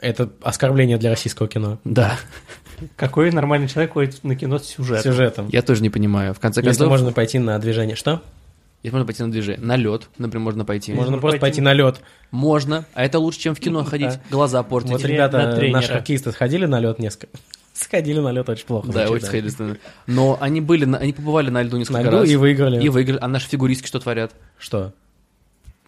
Speaker 3: Это оскорбление для российского кино.
Speaker 1: Да.
Speaker 2: Какой нормальный человек ходит на кино с
Speaker 3: С
Speaker 2: сюжетом?
Speaker 3: сюжетом.
Speaker 1: Я тоже не понимаю. В конце
Speaker 3: Если
Speaker 1: концов, можно...
Speaker 3: можно пойти на движение. Что?
Speaker 1: можно пойти на движение. На лед, например, можно пойти. Можно.
Speaker 3: Можно
Speaker 2: Можно
Speaker 3: просто пойти
Speaker 2: пойти
Speaker 3: на лед.
Speaker 1: А это лучше, чем в кино ходить. Глаза портить.
Speaker 3: Ну, Вот
Speaker 2: Или
Speaker 3: ребята,
Speaker 2: на тренера.
Speaker 3: наши хоккеисты сходили на лед несколько. Сходили на лед очень плохо.
Speaker 1: Да,
Speaker 3: вообще,
Speaker 1: очень сходительно. Но они были, на- они побывали на льду несколько
Speaker 3: На льду
Speaker 1: раз.
Speaker 3: и выиграли.
Speaker 1: И выиграли. А наши фигуристки что творят?
Speaker 3: Что?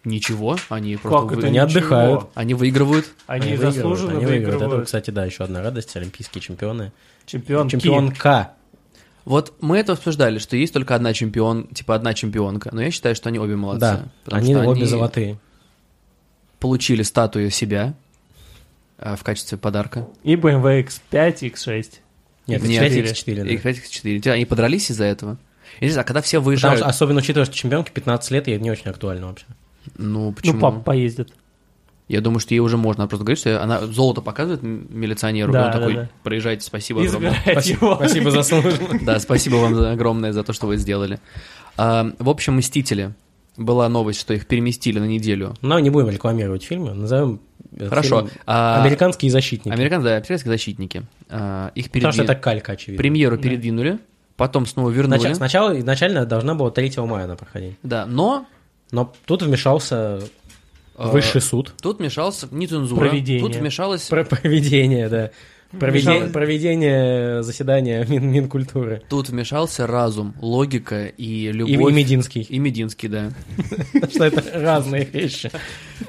Speaker 1: Ничего. Они
Speaker 2: Как
Speaker 1: просто...
Speaker 2: это
Speaker 1: вы-
Speaker 3: Они
Speaker 2: ничего?
Speaker 3: отдыхают.
Speaker 1: Они выигрывают.
Speaker 2: Они,
Speaker 3: выигрывают,
Speaker 2: заслуженно
Speaker 3: они выигрывают.
Speaker 2: выигрывают.
Speaker 3: Это, кстати, да, еще одна радость. Олимпийские чемпионы.
Speaker 2: Чемпион, Чемпион.
Speaker 3: Чемпионка.
Speaker 1: Вот мы это обсуждали, что есть только одна чемпион, типа одна чемпионка. Но я считаю, что они обе молодцы.
Speaker 3: Да.
Speaker 1: Потому
Speaker 3: Они
Speaker 1: что
Speaker 3: обе золотые.
Speaker 1: получили статую себя э, в качестве подарка.
Speaker 2: и BMW X5, X6.
Speaker 3: Нет,
Speaker 1: Нет,
Speaker 2: четыре.
Speaker 1: И,
Speaker 3: 5x4. да.
Speaker 1: кстати, 4. Те- Они подрались из-за этого. Я не знаю, а когда все
Speaker 3: Потому
Speaker 1: выезжают...
Speaker 3: что, особенно учитывая, что чемпионке 15 лет, и это не очень актуально вообще.
Speaker 1: Ну, почему?
Speaker 2: Ну, папа поездит. я
Speaker 1: Я думаю, что ей уже можно. Она просто говорит, что она золото показывает м- милиционеру,
Speaker 2: Да,
Speaker 1: и он
Speaker 2: да,
Speaker 1: такой,
Speaker 2: да.
Speaker 1: проезжайте, спасибо
Speaker 2: и
Speaker 1: огромное».
Speaker 2: забирает его.
Speaker 3: Спасибо за службу.
Speaker 1: Да, спасибо вам за- огромное за то, что вы сделали. А, в общем, «Мстители». Была новость, что их переместили на неделю.
Speaker 3: Но не будем рекламировать фильмы, назовем этот
Speaker 1: Хорошо.
Speaker 3: фильм
Speaker 1: а,
Speaker 3: «Американские защитники».
Speaker 1: Американцы, да, американские защитники. А, их
Speaker 3: Потому что
Speaker 1: передвинули.
Speaker 3: это калька, очевидно.
Speaker 1: Премьеру передвинули, потом снова вернули.
Speaker 3: Нача- сначала, изначально должна была 3 мая она проходить.
Speaker 1: Да, но
Speaker 3: Но тут вмешался
Speaker 1: э,
Speaker 3: высший суд.
Speaker 1: тут вмешался не цензура.
Speaker 2: Провидение.
Speaker 1: Тут вмешалась
Speaker 3: Про проведение, да. Проведение,
Speaker 2: Вмешалось.
Speaker 3: проведение заседания Мин- Минкультуры.
Speaker 1: Тут вмешался разум, логика и
Speaker 3: И, и
Speaker 1: любовь.
Speaker 3: Мединский.
Speaker 1: И Мединский, да.
Speaker 3: Что это разные вещи.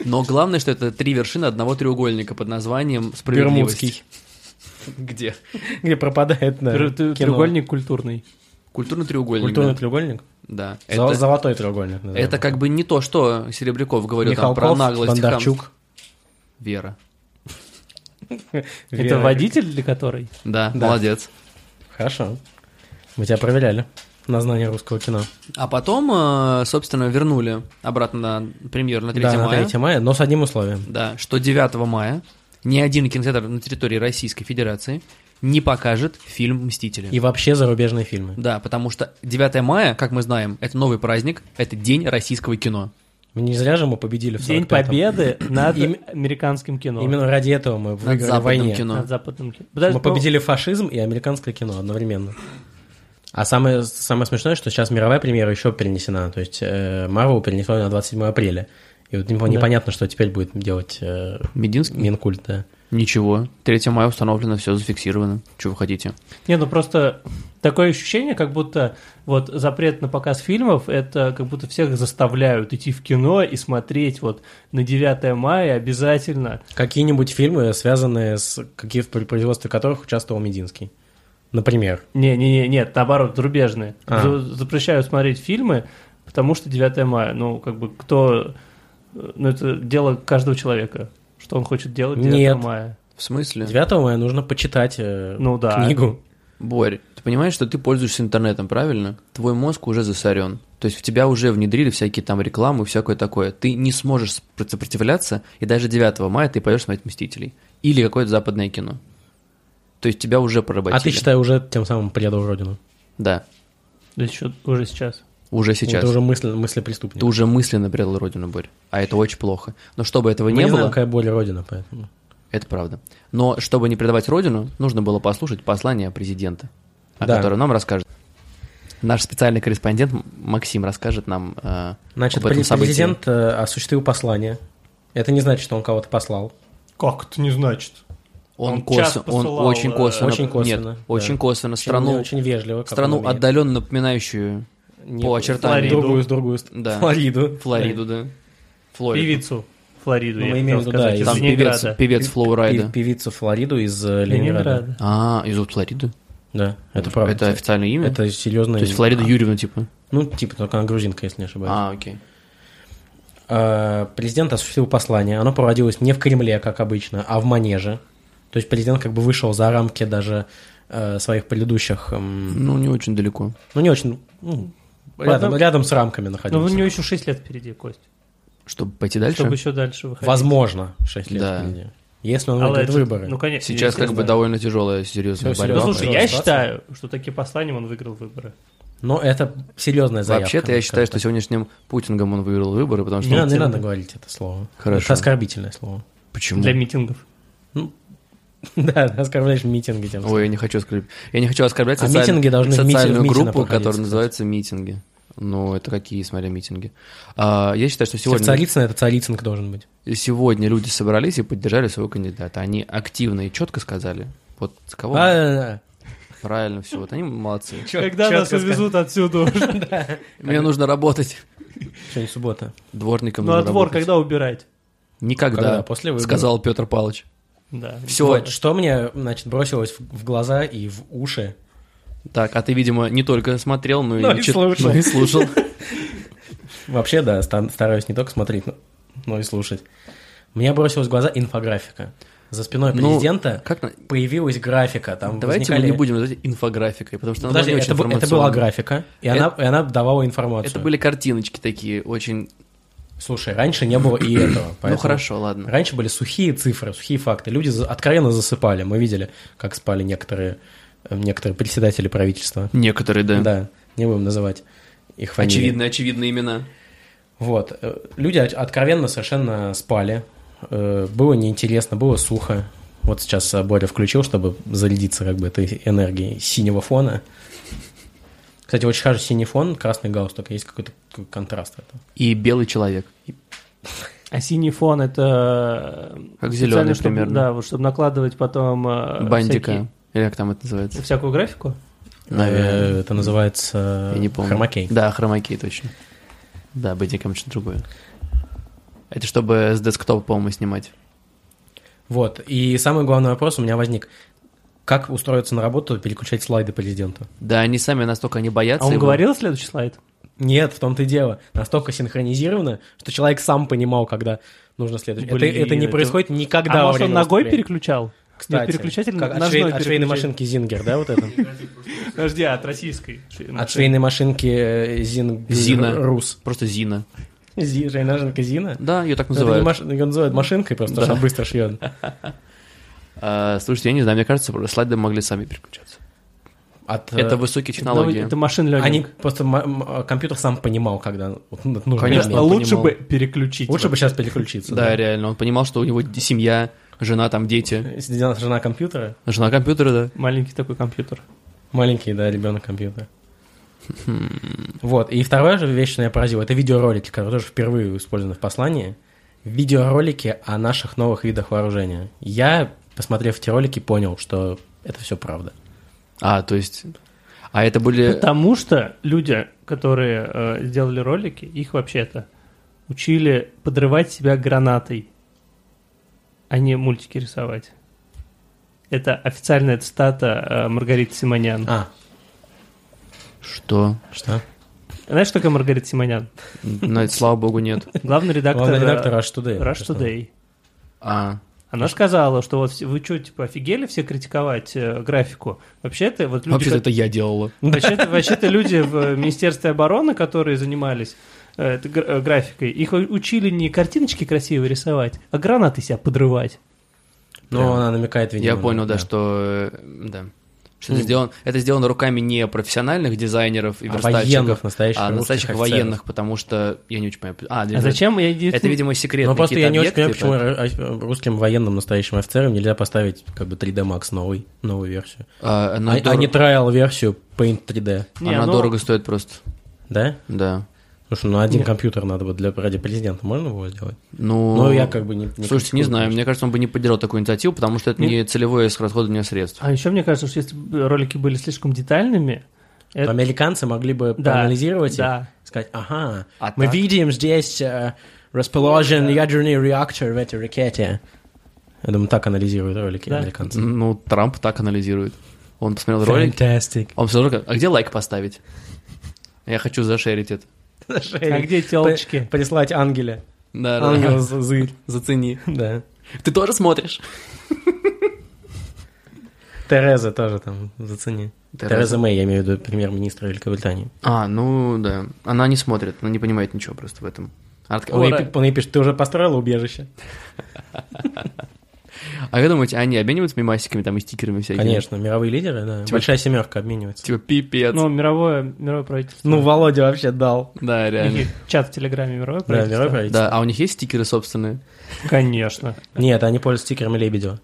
Speaker 1: Но главное, что это три вершины одного треугольника под названием «Справедливость».
Speaker 3: Бермудский.
Speaker 1: Где?
Speaker 3: Где пропадает на
Speaker 2: Трю-
Speaker 3: кино.
Speaker 2: трю- Треугольник культурный.
Speaker 1: Культурный треугольник.
Speaker 3: Культурный
Speaker 1: да.
Speaker 3: треугольник?
Speaker 1: Да.
Speaker 3: Зо-
Speaker 1: Это,
Speaker 3: Золотой треугольник. назовем.
Speaker 1: это как бы не то, что Серебряков говорил там
Speaker 3: Михалков,
Speaker 1: про наглость. хам-
Speaker 3: Бондарчук.
Speaker 1: Вера.
Speaker 3: Вера.
Speaker 2: Это водитель для которой?
Speaker 1: Да,
Speaker 3: Да.
Speaker 1: молодец.
Speaker 3: Хорошо. Мы тебя проверяли на знание русского кино.
Speaker 1: А потом, э, собственно, вернули обратно на премьеру на 3
Speaker 3: да,
Speaker 1: мая.
Speaker 3: на 3 мая, но с одним условием.
Speaker 1: Да, что 9 мая ни один кинотеатр на территории Российской Федерации не покажет фильм «Мстители».
Speaker 3: И вообще зарубежные фильмы.
Speaker 1: Да, потому что 9 мая, как мы знаем, это новый праздник, это день российского кино.
Speaker 3: Мы не зря же мы победили в
Speaker 2: День
Speaker 3: 45-м.
Speaker 2: победы над
Speaker 3: Им-
Speaker 2: американским кино.
Speaker 3: Именно ради этого мы выиграли в
Speaker 1: западным
Speaker 3: войне.
Speaker 1: кино.
Speaker 2: Над западным кино.
Speaker 3: Мы
Speaker 2: Подожди, ну,
Speaker 3: победили фашизм и американское кино одновременно. А самое, самое смешное, что сейчас мировая премьера еще перенесена. То есть э, Марвел перенесло на 27 апреля. И вот непо-
Speaker 2: Да.
Speaker 3: непонятно, что теперь будет делать э,
Speaker 1: Мединский?
Speaker 3: Минкульт. да.
Speaker 1: Ничего. 3 мая установлено, все зафиксировано. Что вы хотите?
Speaker 2: Не, ну просто такое ощущение, как будто вот запрет на показ фильмов, это как будто всех заставляют идти в кино и смотреть вот на 9 мая обязательно.
Speaker 3: Какие-нибудь фильмы, связанные с какие в производстве которых участвовал Мединский. Например.
Speaker 2: Не-не-не, нет, наоборот, зарубежные.
Speaker 3: А.
Speaker 2: За- Запрещают смотреть фильмы, потому что 9 мая. Ну, как бы, кто... Ну, это дело каждого человека, что он хочет делать 9
Speaker 3: Нет.
Speaker 2: мая.
Speaker 1: В смысле?
Speaker 3: 9 мая нужно почитать э,
Speaker 2: Ну да.
Speaker 3: книгу.
Speaker 1: Борь, ты понимаешь, что ты пользуешься интернетом, правильно? Твой мозг уже засорен. То есть в тебя уже внедрили всякие там рекламы и всякое такое. Ты не сможешь спро- сопротивляться, и даже 9 мая ты пойдешь смотреть «Мстителей». Или какое-то западное кино. То есть тебя уже проработили.
Speaker 3: А ты, считай, уже тем самым предал Родину.
Speaker 1: Да,
Speaker 2: Да еще уже сейчас.
Speaker 1: уже сейчас.
Speaker 3: Это уже мысли, мысли преступника.
Speaker 1: Ты уже мысленно предал родину, Борь. А это очень плохо. Но чтобы этого
Speaker 3: Мы
Speaker 1: не было,
Speaker 3: знаем, какая боль Родина, поэтому.
Speaker 1: это правда. Но чтобы не предавать родину, нужно было послушать послание президента, о
Speaker 3: Да.
Speaker 1: котором нам расскажет. Наш специальный корреспондент М- Максим расскажет нам э,
Speaker 3: Значит,
Speaker 1: об этом
Speaker 3: пре-
Speaker 1: событии.
Speaker 3: президент э, осуществил послание. Это не значит, что он кого-то послал.
Speaker 2: Как это не значит?
Speaker 1: Он,
Speaker 2: Он
Speaker 1: косо,
Speaker 2: часто
Speaker 1: он
Speaker 2: посылал,
Speaker 1: очень
Speaker 2: э,
Speaker 1: косвенно,
Speaker 3: Очень косвенно,
Speaker 1: нет,
Speaker 3: да.
Speaker 1: очень косвенно
Speaker 3: Очень-
Speaker 1: страну,
Speaker 3: Очень вежливо. как он
Speaker 1: страну
Speaker 3: умеет.
Speaker 1: отдаленно напоминающую
Speaker 3: Не-
Speaker 1: по очертаниям.
Speaker 3: Другую, с другую. с-
Speaker 1: Да.
Speaker 3: Флориду.
Speaker 1: Флориду, да, Флориду.
Speaker 2: Певицу. Флориду,
Speaker 3: Ну, мы
Speaker 2: я хотел
Speaker 3: имеем в виду, да,
Speaker 2: сказать,
Speaker 3: из-
Speaker 2: из
Speaker 1: Там певец,
Speaker 2: Ленинграда.
Speaker 1: певец
Speaker 3: Пе-
Speaker 1: Флоурайда.
Speaker 3: Певицу Флориду из э, Ленинграда.
Speaker 2: Ленинграда.
Speaker 1: А, из Флориды?
Speaker 3: Да, это правда.
Speaker 1: Это официальное имя?
Speaker 3: Это серьезное
Speaker 1: То есть
Speaker 3: имя.
Speaker 1: Флорида Юрьевна, типа?
Speaker 3: Ну, типа, только она грузинка, если не ошибаюсь.
Speaker 1: А, окей.
Speaker 3: Э, Президент осуществил послание. Оно проводилось не в Кремле, как обычно, а в Манеже. То есть президент как бы вышел за рамки даже э, своих предыдущих... эм,
Speaker 1: Ну, не очень далеко.
Speaker 3: Ну, не очень... ну,
Speaker 2: Потом-
Speaker 3: рядом, рядом с рамками находился.
Speaker 2: Ну, у него еще 6 лет впереди, Кость.
Speaker 1: Чтобы пойти дальше?
Speaker 2: Чтобы еще дальше выходить.
Speaker 3: Возможно, 6 лет
Speaker 1: Да.
Speaker 3: впереди. Если он
Speaker 2: Алла,
Speaker 3: выиграет
Speaker 2: это-
Speaker 3: выборы.
Speaker 2: Ну, конечно.
Speaker 1: Сейчас как бы
Speaker 2: естественно.
Speaker 1: довольно тяжелая, серьезная
Speaker 3: Всё,
Speaker 1: борьба.
Speaker 2: Ну,
Speaker 3: серьезно.
Speaker 2: слушай, я
Speaker 3: Ситуация.
Speaker 2: считаю, что таким посланием он выиграл выборы.
Speaker 3: Но это серьезная заявка.
Speaker 1: Вообще-то я
Speaker 3: мне
Speaker 1: считаю, что
Speaker 3: кажется.
Speaker 1: сегодняшним Путингом он выиграл выборы, потому что...
Speaker 3: Не
Speaker 1: он-
Speaker 3: надо, не надо говорить это слово.
Speaker 1: Хорошо.
Speaker 3: Это оскорбительное слово.
Speaker 1: Почему?
Speaker 2: Для митингов.
Speaker 3: Да, ты оскорбляешь митинги тем самым.
Speaker 1: Ой, я не хочу оскорблять. Я не хочу оскорблять
Speaker 3: А
Speaker 1: социаль-
Speaker 3: митинги должны в мити- в
Speaker 1: социальную
Speaker 3: митинг
Speaker 1: группу,
Speaker 3: проходить,
Speaker 1: которая
Speaker 3: кстати.
Speaker 1: называется митинги. Ну, это какие, смотря, митинги. А, я считаю, что
Speaker 3: Если в
Speaker 1: сегодня,
Speaker 3: Царицыно, Типа это Царицынг должен быть.
Speaker 1: сегодня люди собрались и поддержали своего кандидата. Они активно и четко сказали, вот с кого мы-
Speaker 3: А,
Speaker 1: правильно все. Вот они молодцы.
Speaker 2: Когда нас увезут отсюда?
Speaker 1: Мне нужно работать.
Speaker 3: Сегодня суббота.
Speaker 1: Дворником
Speaker 2: Ну, а
Speaker 1: нужно
Speaker 2: двор
Speaker 1: работать.
Speaker 2: когда убирать?
Speaker 3: Когда?
Speaker 1: Никогда,
Speaker 3: После выборов.
Speaker 1: сказал Петр Павлович.
Speaker 2: Да.
Speaker 1: Все,
Speaker 3: Вот, что мне, значит, бросилось в- в глаза и в уши.
Speaker 1: Так, а ты, видимо, не только смотрел, но,
Speaker 3: Но и
Speaker 1: чит-
Speaker 3: слушал.
Speaker 1: но и слушал.
Speaker 3: Вообще, да, стан- стараюсь не только смотреть, но, но и слушать. Мне бросилась в глаза инфографика. За спиной
Speaker 1: Ну,
Speaker 3: президента
Speaker 1: Как на-
Speaker 3: появилась графика. Там
Speaker 1: Давайте
Speaker 3: возникали-
Speaker 1: мы не будем называть инфографикой, потому что она
Speaker 3: Подожди,
Speaker 1: была не очень
Speaker 3: это, бу- это была
Speaker 1: информационная.
Speaker 3: графика, и, она, и она давала информацию.
Speaker 1: Это были картиночки такие, очень...
Speaker 3: Слушай, раньше не было и этого.
Speaker 1: Ну
Speaker 3: поэтому-
Speaker 1: хорошо, ладно.
Speaker 3: Раньше были сухие цифры, сухие факты. Люди за- откровенно засыпали. Мы видели, как спали некоторые, э, некоторые председатели правительства.
Speaker 1: Некоторые, да.
Speaker 3: Да, не будем называть их фамилии.
Speaker 1: Очевидные, очевидные имена.
Speaker 3: Вот. э, Люди от- откровенно совершенно спали. Э, Было неинтересно, было сухо. Вот сейчас э, Боря включил, чтобы зарядиться как бы этой энергией синего фона. Кстати, очень хороший синий фон, красный галстук. Есть какой-то к- контраст в этом.
Speaker 1: И белый человек.
Speaker 2: А синий фон это... э,
Speaker 1: Как
Speaker 2: специально,
Speaker 1: зелёный
Speaker 2: чтобы-
Speaker 1: примерно.
Speaker 2: Да, вот чтобы накладывать потом... э,
Speaker 1: Бандика. Или как там это
Speaker 2: всякие-
Speaker 1: называется?
Speaker 2: Всякую графику.
Speaker 1: Наверное.
Speaker 3: Э, Это называется
Speaker 1: Я не помню.
Speaker 3: хромакей.
Speaker 1: Да, хромакей, точно. Да, бандиком что-то другое. Это чтобы с десктопа, по-моему, снимать.
Speaker 3: Вот. И самый главный вопрос у меня возник. Как устроиться на работу, переключать слайды президента?
Speaker 1: Да, они сами настолько не боятся.
Speaker 2: А он
Speaker 1: его.
Speaker 2: говорил следующий слайд?
Speaker 3: Нет, в том-то и дело. Настолько синхронизировано, что человек сам понимал, когда нужно следующий. Это,
Speaker 2: Блин,
Speaker 3: это не
Speaker 2: это-
Speaker 3: происходит никогда.
Speaker 2: а
Speaker 3: во
Speaker 2: может, он
Speaker 3: время
Speaker 2: ногой
Speaker 3: выступления.
Speaker 2: переключал?
Speaker 3: Кстати,
Speaker 2: Нет, переключатель
Speaker 3: как от,
Speaker 2: ножной
Speaker 3: швей- от швейной
Speaker 2: переключатель.
Speaker 3: машинки Зингер, да, вот это?
Speaker 2: Подожди, а от российской? швей-
Speaker 3: От швейной машинки э, Зин...
Speaker 1: Зина.
Speaker 3: Рус.
Speaker 1: Просто Зина.
Speaker 3: Зи- Швейная машинка Зина?
Speaker 1: Да, ее так
Speaker 3: Это не
Speaker 1: называют.
Speaker 3: маш- Ее называют машинкой просто, потому что она быстро шьет.
Speaker 1: А, слушайте, я не знаю, мне кажется, слайды могли сами переключаться.
Speaker 3: От, э,
Speaker 1: Это высокие технологии.
Speaker 2: Это машин
Speaker 3: Они
Speaker 2: Learning.
Speaker 3: просто... м- м- Компьютер сам понимал, когда вот ну, нужно.
Speaker 1: Конечно,
Speaker 3: время.
Speaker 1: он
Speaker 2: Лучше
Speaker 1: понимал.
Speaker 2: бы переключить.
Speaker 3: Лучше бы сейчас переключиться.
Speaker 1: Да, реально. Он понимал, что у него д- семья, жена, там дети.
Speaker 3: Сидела жена компьютера,
Speaker 1: Жена компьютера, да.
Speaker 2: Маленький такой компьютер.
Speaker 3: маленький, да, ребенок компьютера. Вот, и вторая же вещь, что меня поразила, это видеоролики, которые тоже впервые использованы в послании. Видеоролики о наших новых видах вооружения. Я, посмотрев эти ролики, понял, что это все правда.
Speaker 1: А, то есть... А это
Speaker 3: Э,
Speaker 1: были...
Speaker 2: Потому что люди, которые э, сделали ролики, их вообще-то учили подрывать себя гранатой, а не мультики рисовать. Это официальная цитата э, Маргариты Симонян.
Speaker 3: А,
Speaker 1: Что?
Speaker 3: что?
Speaker 2: Знаешь, что такое Маргарита Симонян?
Speaker 1: Ну, это, слава богу, нет.
Speaker 2: Главный редактор,
Speaker 3: Главный редактор
Speaker 2: э,
Speaker 3: Rush Today.
Speaker 2: Rush
Speaker 3: Что?
Speaker 2: Today.
Speaker 1: А,
Speaker 2: Она сказала, что вот все- вы что, типа, офигели все критиковать э, графику? Вообще-то, вот люди,
Speaker 1: вообще-то
Speaker 2: ко-
Speaker 1: это я делала.
Speaker 2: Ну, Вообще-то, вообще-то люди в э, Министерстве обороны, которые занимались э, этой гра- э, графикой, их у- учили не картиночки красиво рисовать, а гранаты себя подрывать.
Speaker 3: Ну, она намекает, видимо.
Speaker 1: Я понял,
Speaker 3: на-
Speaker 1: да, что... э, Да. Что это сделано, это сделано руками не профессиональных дизайнеров и
Speaker 3: Ну. А
Speaker 1: верстальщиков,
Speaker 3: военных, настоящих
Speaker 1: а
Speaker 3: русских
Speaker 1: настоящих
Speaker 3: офицеров.
Speaker 1: военных, потому что я не очень понимаю. А,
Speaker 2: А зачем? Я не-
Speaker 1: Это, видимо, секретные
Speaker 3: Ну, просто я
Speaker 1: какие-то
Speaker 3: не очень понимаю,
Speaker 1: объекты,
Speaker 3: почему
Speaker 1: это-
Speaker 3: ро- а- русским военным настоящим офицерам нельзя поставить как бы 3D Max новый, новую версию.
Speaker 1: А,
Speaker 3: А,
Speaker 1: она
Speaker 3: а
Speaker 1: дорого-
Speaker 3: не трайл-версию Paint 3D,
Speaker 2: Не,
Speaker 1: она
Speaker 2: ну,
Speaker 1: дорого стоит просто,
Speaker 3: да?
Speaker 1: да.
Speaker 3: Потому что ну, один
Speaker 2: Нет.
Speaker 3: компьютер надо бы для, ради президента можно было сделать?
Speaker 1: Ну,
Speaker 3: Ну, я как бы не... не
Speaker 1: Слушайте, не
Speaker 3: критикую,
Speaker 1: знаю,
Speaker 3: конечно.
Speaker 1: мне кажется, он бы не поддержал такую инициативу, потому что это
Speaker 2: Не-
Speaker 1: не целевое расходование средств.
Speaker 2: А еще мне кажется, что если бы ролики были слишком детальными,
Speaker 3: То
Speaker 2: это...
Speaker 3: Американцы могли бы
Speaker 2: Да,
Speaker 3: проанализировать их,
Speaker 2: да.
Speaker 3: сказать, ага,
Speaker 1: А
Speaker 3: мы
Speaker 1: так?
Speaker 3: видим здесь э, расположен ядерный реактор в этой ракете. Я думаю, так анализируют ролики
Speaker 2: Да.
Speaker 3: американцы.
Speaker 1: Ну, Трамп так анализирует. Он посмотрел ролик,
Speaker 3: Fantastic.
Speaker 1: он посмотрел, ролик, а где лайк поставить? Я хочу зашерить это.
Speaker 2: А где телочки?
Speaker 3: Прислать ангеля.
Speaker 1: Да, да.
Speaker 3: Ангел за- зырь.
Speaker 1: Зацени.
Speaker 3: Да.
Speaker 1: Ты тоже смотришь?
Speaker 3: Тереза тоже там, зацени. Тереза Мэй, я имею в виду премьер-министра Великобритании.
Speaker 1: А, ну да. Она не смотрит, она не понимает ничего просто в этом. Она такая,
Speaker 3: Он ей
Speaker 1: «Ура».
Speaker 3: пи- он ей пишет, ты уже построила убежище?
Speaker 1: А вы думаете, они обмениваются мимасиками там и стикерами всякими?
Speaker 3: Конечно, мировые лидеры, да.
Speaker 1: Типа-
Speaker 3: Большая семерка обменивается.
Speaker 1: Типа пипец.
Speaker 2: Ну, мировое, мировое правительство.
Speaker 3: Ну, Володя вообще дал.
Speaker 1: да, реально.
Speaker 2: Или чат в Телеграме мировое
Speaker 3: Да,
Speaker 2: правительство.
Speaker 3: мировое правительство.
Speaker 1: Да, а у них есть стикеры собственные?
Speaker 2: Конечно.
Speaker 3: Нет, они пользуются стикерами Лебедева.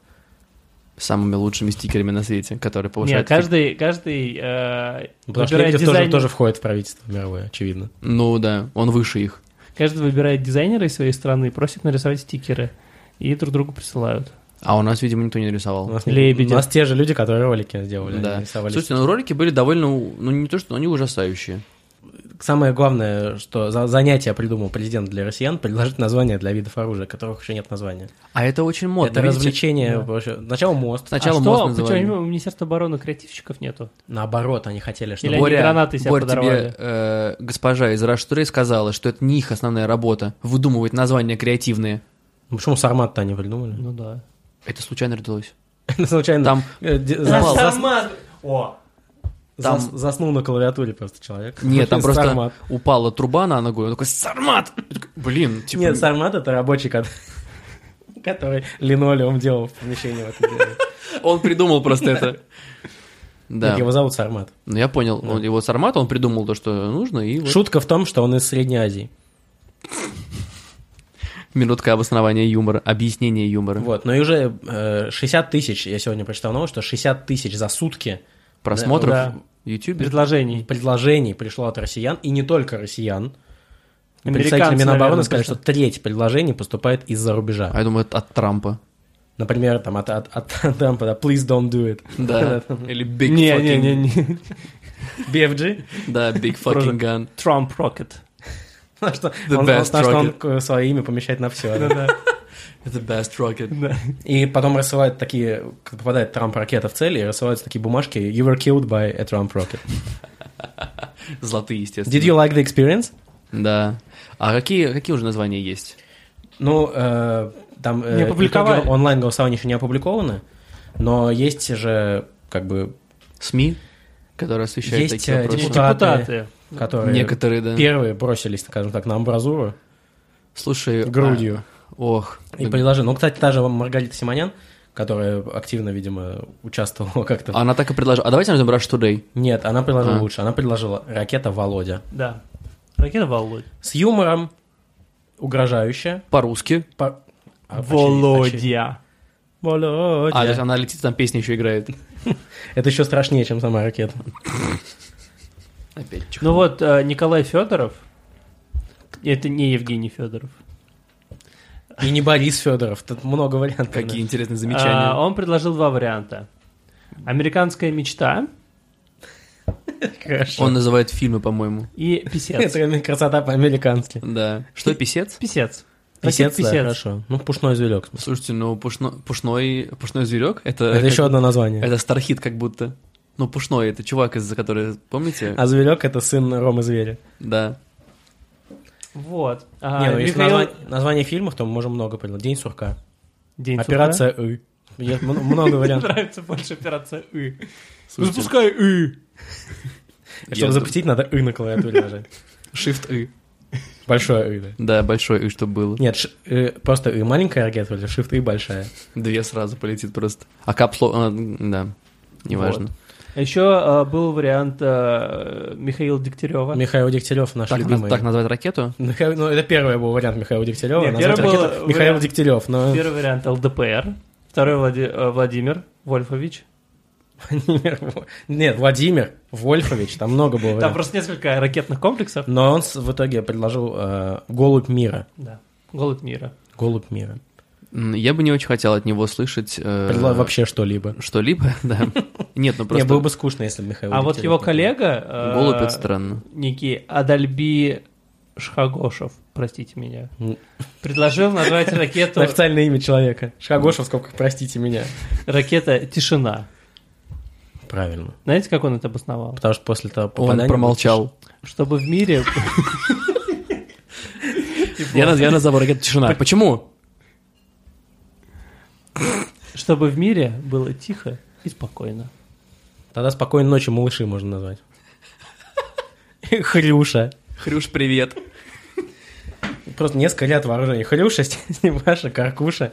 Speaker 1: Самыми лучшими стикерами на свете, которые
Speaker 2: Не,
Speaker 1: повышают...
Speaker 2: каждый, каждый э,
Speaker 3: Ну, Потому что
Speaker 2: выбирает
Speaker 3: Лебедев тоже,
Speaker 2: дизайнер-
Speaker 3: тоже входит в правительство мировое, очевидно.
Speaker 1: Ну да, он выше их.
Speaker 2: каждый выбирает дизайнера из своей страны, просит нарисовать стикеры и друг другу присылают.
Speaker 1: А у нас, видимо, никто не рисовал.
Speaker 3: У нас,
Speaker 2: Лебедев.
Speaker 3: у нас те же люди, которые ролики сделали. они
Speaker 1: Да.
Speaker 3: рисовали
Speaker 1: Слушайте, ну ролики были довольно, ну не то, что они ужасающие.
Speaker 3: Самое главное, что за занятие придумал президент для россиян, предложить название для видов оружия, которых еще нет названия.
Speaker 1: А это очень модно.
Speaker 3: Это
Speaker 1: видите?
Speaker 3: развлечение.
Speaker 2: Да.
Speaker 3: вообще. Сначала мост,
Speaker 1: Сначала
Speaker 2: а
Speaker 1: мост
Speaker 2: что,
Speaker 1: называли.
Speaker 2: почему у Министерства обороны креативщиков нету?
Speaker 3: наоборот, они хотели, чтобы...
Speaker 2: Или они гранаты себя
Speaker 1: Борь, тебе
Speaker 2: подорвали.
Speaker 1: э, госпожа из Rush Today сказала, что это не их основная работа, выдумывать названия креативные.
Speaker 3: Ну, Почему сармат-то они придумали?
Speaker 2: Ну да.
Speaker 1: Это случайно родилось.
Speaker 3: Ну, Случайно.
Speaker 1: Там
Speaker 3: э, де-
Speaker 1: Запал.
Speaker 3: зас-
Speaker 2: О!
Speaker 1: Там-
Speaker 3: зас- Заснул на клавиатуре просто человек.
Speaker 1: нет, там просто
Speaker 3: Сармат.
Speaker 1: упала труба на ногу, и он такой «Сармат!» Я такой, Блин, типа...
Speaker 3: Нет, сармат это рабочий, кот- который линолеум делал в помещении в это дело.
Speaker 1: Он придумал просто это. Да,
Speaker 3: Нет, Его зовут сармат.
Speaker 1: ну я понял, он, его сармат, он придумал то, что нужно, и вот
Speaker 3: Шутка в том, что он из Средней Азии.
Speaker 1: минутка обоснования юмора, объяснения юмора,
Speaker 3: Вот, но и уже э, 60 тысяч, я сегодня прочитал новость, что 60 тысяч за сутки
Speaker 1: просмотров
Speaker 2: Да.
Speaker 1: в YouTube.
Speaker 2: Предложений.
Speaker 3: предложений пришло от россиян, и не только россиян.
Speaker 2: Американцы,
Speaker 3: Представители Минобороны
Speaker 2: наверное,
Speaker 3: сказали, что
Speaker 2: точно.
Speaker 3: треть предложений поступает из-за рубежа.
Speaker 1: А я думаю, это от Трампа.
Speaker 3: Например, там от, от, от Трампа, да, please don't do it.
Speaker 1: Да. Или big
Speaker 2: не,
Speaker 1: fucking...
Speaker 2: не, не, не.
Speaker 3: BFG.
Speaker 1: Да, big
Speaker 2: Просто-
Speaker 1: fucking gun.
Speaker 2: Trump Rocket.
Speaker 3: Потому что
Speaker 1: The
Speaker 3: он,
Speaker 1: best
Speaker 3: потому что он к- свое имя помещает на все.
Speaker 2: Да-да.
Speaker 1: The best rocket.
Speaker 2: Да.
Speaker 3: И потом рассылают такие, как попадает Трамп ракета в цель, и рассылаются такие бумажки You were killed by a Trump rocket.
Speaker 1: Золотые, естественно.
Speaker 3: Did you like the experience?
Speaker 1: Да. А какие, какие уже названия есть?
Speaker 3: Ну, э, там э,
Speaker 2: Не опубликовали.
Speaker 3: итоги онлайн голосование еще не опубликованы, но есть же как бы
Speaker 1: СМИ, которые освещают
Speaker 3: Есть,
Speaker 1: такие
Speaker 3: э,
Speaker 1: вопросы?
Speaker 3: депутат. Депутаты.
Speaker 2: Депутаты. э,
Speaker 3: которые
Speaker 1: Некоторые, да.
Speaker 3: первые бросились, скажем так, на амбразуру
Speaker 1: Слушай...
Speaker 3: грудью
Speaker 1: а, ох.
Speaker 3: и предложили. Ну, кстати, та же Маргарита Симонян, которая активно, видимо, участвовала как-то.
Speaker 1: Она так и предложила. А давайте назовем Rush Today.
Speaker 3: Нет, она предложила
Speaker 1: А.
Speaker 3: лучше. Она предложила ракета Володя
Speaker 2: Да. Ракета Володь.
Speaker 3: с юмором, угрожающе.
Speaker 1: По-русски.
Speaker 3: по- А, почти- почти.
Speaker 2: Володя.
Speaker 3: Володя.
Speaker 1: А, то есть она летит, там песня еще играет.
Speaker 3: Это еще страшнее, чем сама ракета.
Speaker 1: Опять чихнул.
Speaker 2: Ну вот, э, Николай Федоров. Это не Евгений Федоров. э,
Speaker 3: И не Борис Федоров. Тут много вариантов. да.
Speaker 1: Какие интересные
Speaker 2: А,
Speaker 1: замечания.
Speaker 2: Он предложил два варианта. Американская мечта
Speaker 3: Хорошо.
Speaker 1: Он называет фильмы, по-моему.
Speaker 2: И писец.
Speaker 3: Это реально красота по-американски.
Speaker 1: Да. Что, писец?
Speaker 2: Писец.
Speaker 3: Писец, да,
Speaker 2: Писец.
Speaker 3: хорошо. Ну, пушной зверек.
Speaker 1: Слушайте, ну пушно- пушной, пушной зверек это.
Speaker 3: Это
Speaker 1: как-
Speaker 3: еще одно название.
Speaker 1: Это стархит, как будто. Ну, пушной это чувак, из-за которого, помните?
Speaker 3: А зверек это сын Ромы Зверя.
Speaker 1: Да.
Speaker 2: Вот. А,
Speaker 3: Не, ну если
Speaker 2: Михаил-
Speaker 3: назва- название фильмов, то мы можем много придумать. День сурка.
Speaker 2: День сурка.
Speaker 3: Операция «Ы». Есть мно- много
Speaker 2: Мне
Speaker 3: вариантов.
Speaker 2: нравится больше операция «ы».
Speaker 1: Слушайте,
Speaker 2: Запускай «ы».
Speaker 3: Чтобы
Speaker 1: я-
Speaker 3: запустить, надо «ы» на клавиатуре нажать.
Speaker 1: Shift И.
Speaker 3: Большое «ы», да.
Speaker 1: Да, большой И, чтобы было.
Speaker 3: Нет, ш- «ы», просто «ы» маленькая ракета, или «шифт» «ы» большая.
Speaker 1: Две сразу полетит просто. А капсло... а, да, неважно.
Speaker 2: Еще А был вариант э, Михаила Дегтярева.
Speaker 3: Михаил Дегтярев наш
Speaker 1: Так,
Speaker 3: любимый.
Speaker 1: на- так назвать ракету?
Speaker 3: Михаил- ну, это первый был вариант Михаила Дегтярева.
Speaker 2: Не,
Speaker 3: назвать
Speaker 2: первый был
Speaker 3: ракету Михаил
Speaker 2: вариант-
Speaker 3: Дегтярев, но
Speaker 2: Первый вариант ЛДПР. Второй Влади- э, Владимир Вольфович.
Speaker 3: Владимир Во- Нет, Владимир Вольфович, там много было
Speaker 2: Там
Speaker 3: вариантов.
Speaker 2: просто несколько ракетных комплексов.
Speaker 3: Но он с- в итоге предложил э, «Голубь мира».
Speaker 2: Да. Голод мира.
Speaker 3: «Голубь мира».
Speaker 1: М, Я бы не очень хотел от него слышать... э,
Speaker 3: Предла- вообще что-либо.
Speaker 1: Что-либо, да. Нет, ну
Speaker 3: Не,
Speaker 1: просто...
Speaker 3: было бы скучно, если бы Михаил
Speaker 2: А вот
Speaker 3: Дегтярев
Speaker 2: его
Speaker 3: не
Speaker 2: коллега... э,
Speaker 1: Голубь это странно.
Speaker 2: Некий Адальби Шхагошев, простите меня,
Speaker 3: М.
Speaker 2: предложил назвать
Speaker 3: Это
Speaker 2: ракету
Speaker 3: официальное имя человека. Шагошев, сколько, простите меня.
Speaker 2: ракета «Тишина».
Speaker 3: Правильно.
Speaker 2: Знаете, как он это обосновал?
Speaker 3: Потому что после того
Speaker 1: Он
Speaker 3: попадания...
Speaker 1: промолчал.
Speaker 2: Чтобы в мире...
Speaker 1: Я, наз- я назвал ракету «Тишина». Почему?
Speaker 2: Чтобы в мире было тихо и спокойно.
Speaker 3: Тогда спокойной ночи малыши можно назвать. Хрюша.
Speaker 1: Хрюш, привет.
Speaker 3: Просто несколько лет вооружений. Хрюша, Степаша, Каркуша.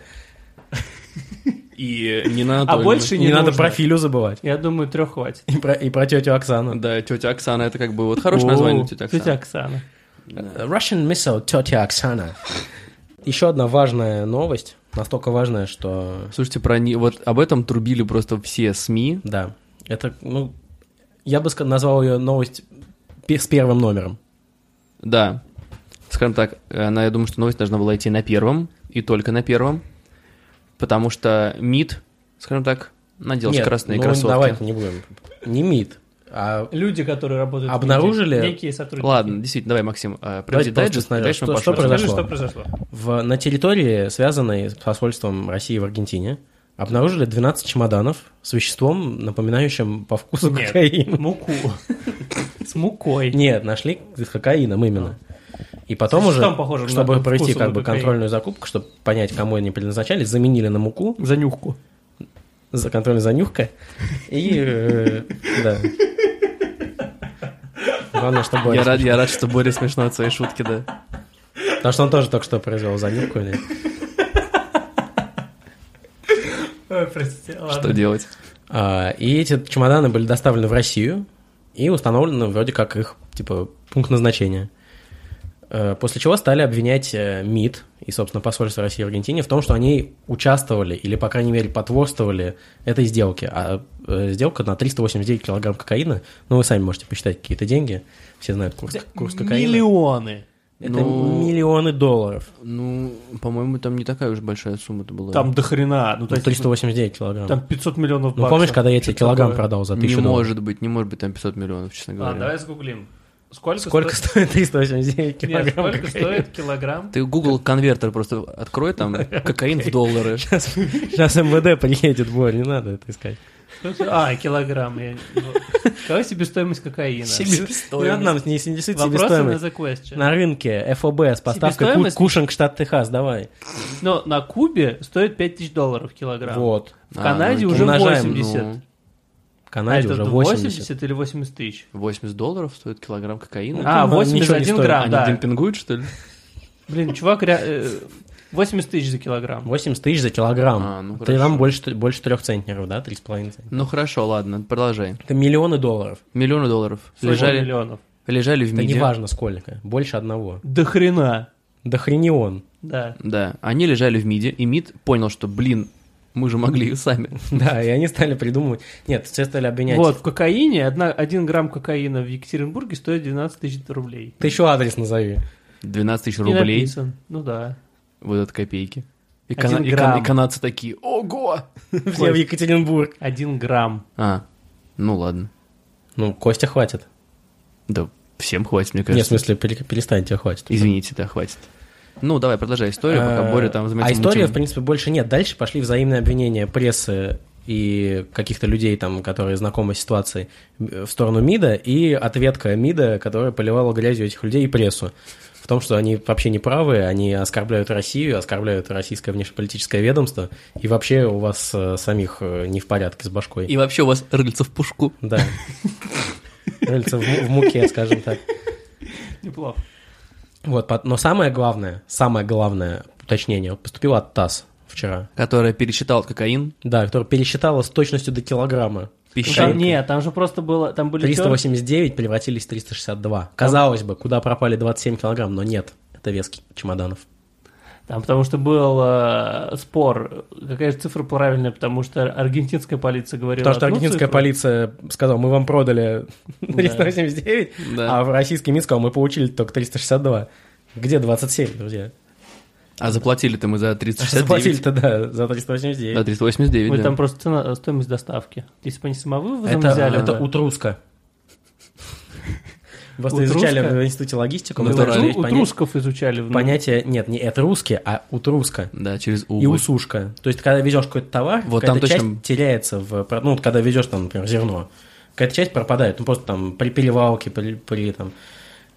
Speaker 1: И не
Speaker 2: А больше
Speaker 3: Не
Speaker 2: не
Speaker 3: надо
Speaker 2: нужно.
Speaker 3: про Филю забывать.
Speaker 2: Я думаю, трех хватит.
Speaker 3: И про, и про тетю Оксану.
Speaker 1: Да, тетя Оксана, это как бы вот хорошее название
Speaker 2: О,
Speaker 1: тетя
Speaker 2: Тетя
Speaker 1: Оксана.
Speaker 2: Оксана.
Speaker 3: Э, Russian missile, тетя Оксана. Еще одна важная новость. Настолько важная, что...
Speaker 1: Слушайте, про не- вот об этом трубили просто все СМИ.
Speaker 3: Да. Это, ну... Я бы ска- назвал ее новость пе- с первым номером.
Speaker 1: Да. Скажем так, она, я думаю, что новость должна была идти на первом, и только на первом, потому что МИД, скажем так, надел
Speaker 3: Нет,
Speaker 1: красные
Speaker 3: ну,
Speaker 1: кроссовки.
Speaker 3: давайте не будем. Не МИД, а
Speaker 2: Люди, которые работают в МИДе,
Speaker 3: Обнаружили?
Speaker 2: Некие сотрудники.
Speaker 1: Ладно, действительно, давай, Максим, э, приводи
Speaker 3: просто
Speaker 1: дайджест,
Speaker 3: сначала.
Speaker 1: дальше мы
Speaker 3: Что- что
Speaker 1: пошлем.
Speaker 2: Расскажи,
Speaker 3: произошло?
Speaker 2: что произошло.
Speaker 3: в, на территории, связанной с посольством России в Аргентине, обнаружили 12 чемоданов с веществом, напоминающим по вкусу
Speaker 2: Нет.
Speaker 3: кокаин.
Speaker 2: Муку. С мукой.
Speaker 3: Нет, нашли с кокаином именно. И потом
Speaker 2: С
Speaker 3: уже,
Speaker 2: веществом, похожим
Speaker 3: чтобы
Speaker 2: на-
Speaker 3: пройти
Speaker 2: вкусом
Speaker 3: как
Speaker 2: на
Speaker 3: бы
Speaker 2: кокаин.
Speaker 3: контрольную закупку, чтобы понять, кому они предназначались, заменили на муку,
Speaker 2: За нюхку.
Speaker 3: за контрольную занюхка. И э, да. Главное, что Боря
Speaker 1: Я рад,
Speaker 3: смешно.
Speaker 1: я рад, что Боря смешно от своей шутки, да.
Speaker 3: Потому что он тоже только что произвел занюхку. или-
Speaker 2: Ой, простите, ладно.
Speaker 1: Что делать?
Speaker 3: А, И эти чемоданы были доставлены в Россию и установлено вроде как их, типа, пункт назначения. Э, После чего стали обвинять э, МИД и, собственно, посольство России в Аргентине в том, что они участвовали или, по крайней мере, потворствовали этой сделке. А э, сделка на 389 килограмм кокаина, ну, вы сами можете посчитать какие-то деньги, все знают курс, курс кокаина.
Speaker 2: Миллионы.
Speaker 3: Это
Speaker 1: Ну,
Speaker 3: миллионы долларов.
Speaker 1: Ну, по-моему, там не такая уж большая сумма-то была.
Speaker 2: Там до хрена. Ну, то
Speaker 3: Ну,
Speaker 2: есть,
Speaker 3: 389 килограмм.
Speaker 2: Там 500 миллионов баксов.
Speaker 3: ну, помнишь, когда я тебе
Speaker 2: Что-то
Speaker 3: килограмм
Speaker 2: такое.
Speaker 3: продал за
Speaker 1: не
Speaker 3: 1000 долларов?
Speaker 1: может быть, не может быть там 500 миллионов, честно говоря.
Speaker 2: Ладно, А, давай сгуглим. Сколько,
Speaker 3: Сколько
Speaker 2: сто-
Speaker 3: стоит 389
Speaker 2: Нет,
Speaker 3: килограмм
Speaker 2: сколько
Speaker 3: кокаина?
Speaker 2: стоит килограмм?
Speaker 1: Ты Google конвертер просто открой, там кокаин в доллары.
Speaker 3: Сейчас МВД приедет, Борь, не надо это искать.
Speaker 2: А, килограмм. я- ну, Какая себестоимость кокаина?
Speaker 3: Не надо нам не интересует
Speaker 2: Вопросы на
Speaker 3: себестоимость.
Speaker 2: the question.
Speaker 3: На рынке ФОБ с поставкой ку-
Speaker 2: Себестоимость?
Speaker 3: Кушинг, штат Техас, давай.
Speaker 2: Но на Кубе стоит 5000 долларов килограмм.
Speaker 3: Вот.
Speaker 2: В Канаде уже
Speaker 3: А, ну, умножаем,
Speaker 2: 80.
Speaker 1: А, ну,
Speaker 3: В
Speaker 2: а
Speaker 3: Канаде
Speaker 2: это
Speaker 3: уже
Speaker 2: 80.
Speaker 3: 80.
Speaker 2: или 80 тысяч?
Speaker 1: 80 долларов стоит килограмм кокаина.
Speaker 2: А,
Speaker 3: ну, ничего не
Speaker 2: 81
Speaker 3: стоит.
Speaker 2: грамм,
Speaker 1: Они
Speaker 2: А, да.
Speaker 1: демпингуют, что ли?
Speaker 2: Блин, чувак, ре- э, 80 тысяч за килограмм.
Speaker 3: 80 тысяч за килограмм.
Speaker 1: А, ну
Speaker 3: Ты
Speaker 1: хорошо.
Speaker 3: нам больше, больше трех центнеров, да? Три с половиной центнера.
Speaker 1: Ну хорошо, ладно, продолжай.
Speaker 3: Это миллионы долларов.
Speaker 1: Миллионы долларов.
Speaker 2: Всего
Speaker 1: Лежали,
Speaker 2: миллионов.
Speaker 1: лежали в
Speaker 3: Это не
Speaker 1: миде.
Speaker 3: важно сколько. Больше одного.
Speaker 2: До хрена.
Speaker 3: Да хренион.
Speaker 2: Да.
Speaker 1: Да, они лежали в миде, и МИД понял, что, блин, мы же могли и сами.
Speaker 3: Да, и они стали придумывать. Нет, все стали обвинять.
Speaker 2: Вот, в кокаине, одна, 1 грамм кокаина в Екатеринбурге стоит 12 тысяч рублей.
Speaker 3: Ты еще адрес назови.
Speaker 1: 12 тысяч
Speaker 2: Не
Speaker 1: рублей,
Speaker 2: написан. Ну да.
Speaker 1: вот это копейки. И,
Speaker 2: Один
Speaker 1: кана- и кан-
Speaker 2: грамм.
Speaker 1: и канадцы такие, ого!
Speaker 3: Все в Екатеринбург.
Speaker 2: Один грамм.
Speaker 1: А, ну ладно.
Speaker 3: Ну, Костя хватит.
Speaker 1: Да всем хватит, мне
Speaker 3: Нет, в
Speaker 1: кажется.
Speaker 3: смысле, пере- перестань, тебе хватит.
Speaker 1: Извините, да, хватит. Ну, давай, продолжай историю, пока
Speaker 3: Э,
Speaker 1: Боря там
Speaker 3: А
Speaker 1: заметил.
Speaker 3: истории,
Speaker 1: мутим.
Speaker 3: в принципе, больше нет. Дальше пошли взаимные обвинения прессы и каких-то людей, там, которые знакомы с ситуацией, э, в сторону МИДа, и ответка МИДа, которая поливала грязью этих людей и прессу. В том, что они вообще не правы, они оскорбляют Россию, оскорбляют российское внешнеполитическое ведомство, и вообще у вас э, самих э, не в порядке с башкой.
Speaker 1: И вообще у вас рыльца в пушку.
Speaker 3: Да. Рыльца в му- в муке, скажем так.
Speaker 2: Неплохо.
Speaker 3: Вот, пот- но самое главное, самое главное уточнение поступило от ТАСС вчера.
Speaker 1: Которая пересчитала кокаин.
Speaker 3: Да, которая пересчитала с точностью до килограмма.
Speaker 2: Ну,
Speaker 1: Пища.
Speaker 2: Там, нет, там же просто было, там были
Speaker 3: 389 превратились в 362. Казалось бы, куда пропали 27 килограмм, но нет. Это вес к- чемоданов.
Speaker 2: тер- Там потому что был э, спор, какая же цифра правильная, потому что аргентинская полиция говорила
Speaker 3: Потому что
Speaker 2: одну
Speaker 3: аргентинская
Speaker 2: цифру.
Speaker 3: полиция сказала, мы вам продали
Speaker 2: Да.
Speaker 3: 389,
Speaker 1: Да.
Speaker 3: а в российский МИД сказал, мы получили только 362. Где 27, друзья?
Speaker 1: А заплатили-то мы за 369.
Speaker 3: Заплатили-то, да, за 389.
Speaker 2: А
Speaker 1: Да, 389,
Speaker 2: Мы
Speaker 1: да.
Speaker 2: там просто цена, стоимость доставки. Если бы они самовывозом
Speaker 3: Это,
Speaker 2: взяли,
Speaker 3: это
Speaker 2: бы-
Speaker 3: утруска. Просто
Speaker 2: Утруска?
Speaker 3: изучали в институте логистику. мы
Speaker 2: Ну,
Speaker 1: Натурально.
Speaker 3: должны
Speaker 2: у,
Speaker 3: есть поня-
Speaker 2: трусков изучали. ну, в-
Speaker 3: Понятие, нет, не это русские, а утруска.
Speaker 1: Да, через У.
Speaker 3: И усушка. То есть, когда везешь какой-то товар,
Speaker 1: Вот
Speaker 3: какая-то
Speaker 1: там точно-
Speaker 3: часть теряется в... про- Ну, вот когда везешь, там, например, зерно, какая-то часть пропадает. Ну, просто там при перевалке, при, при, там,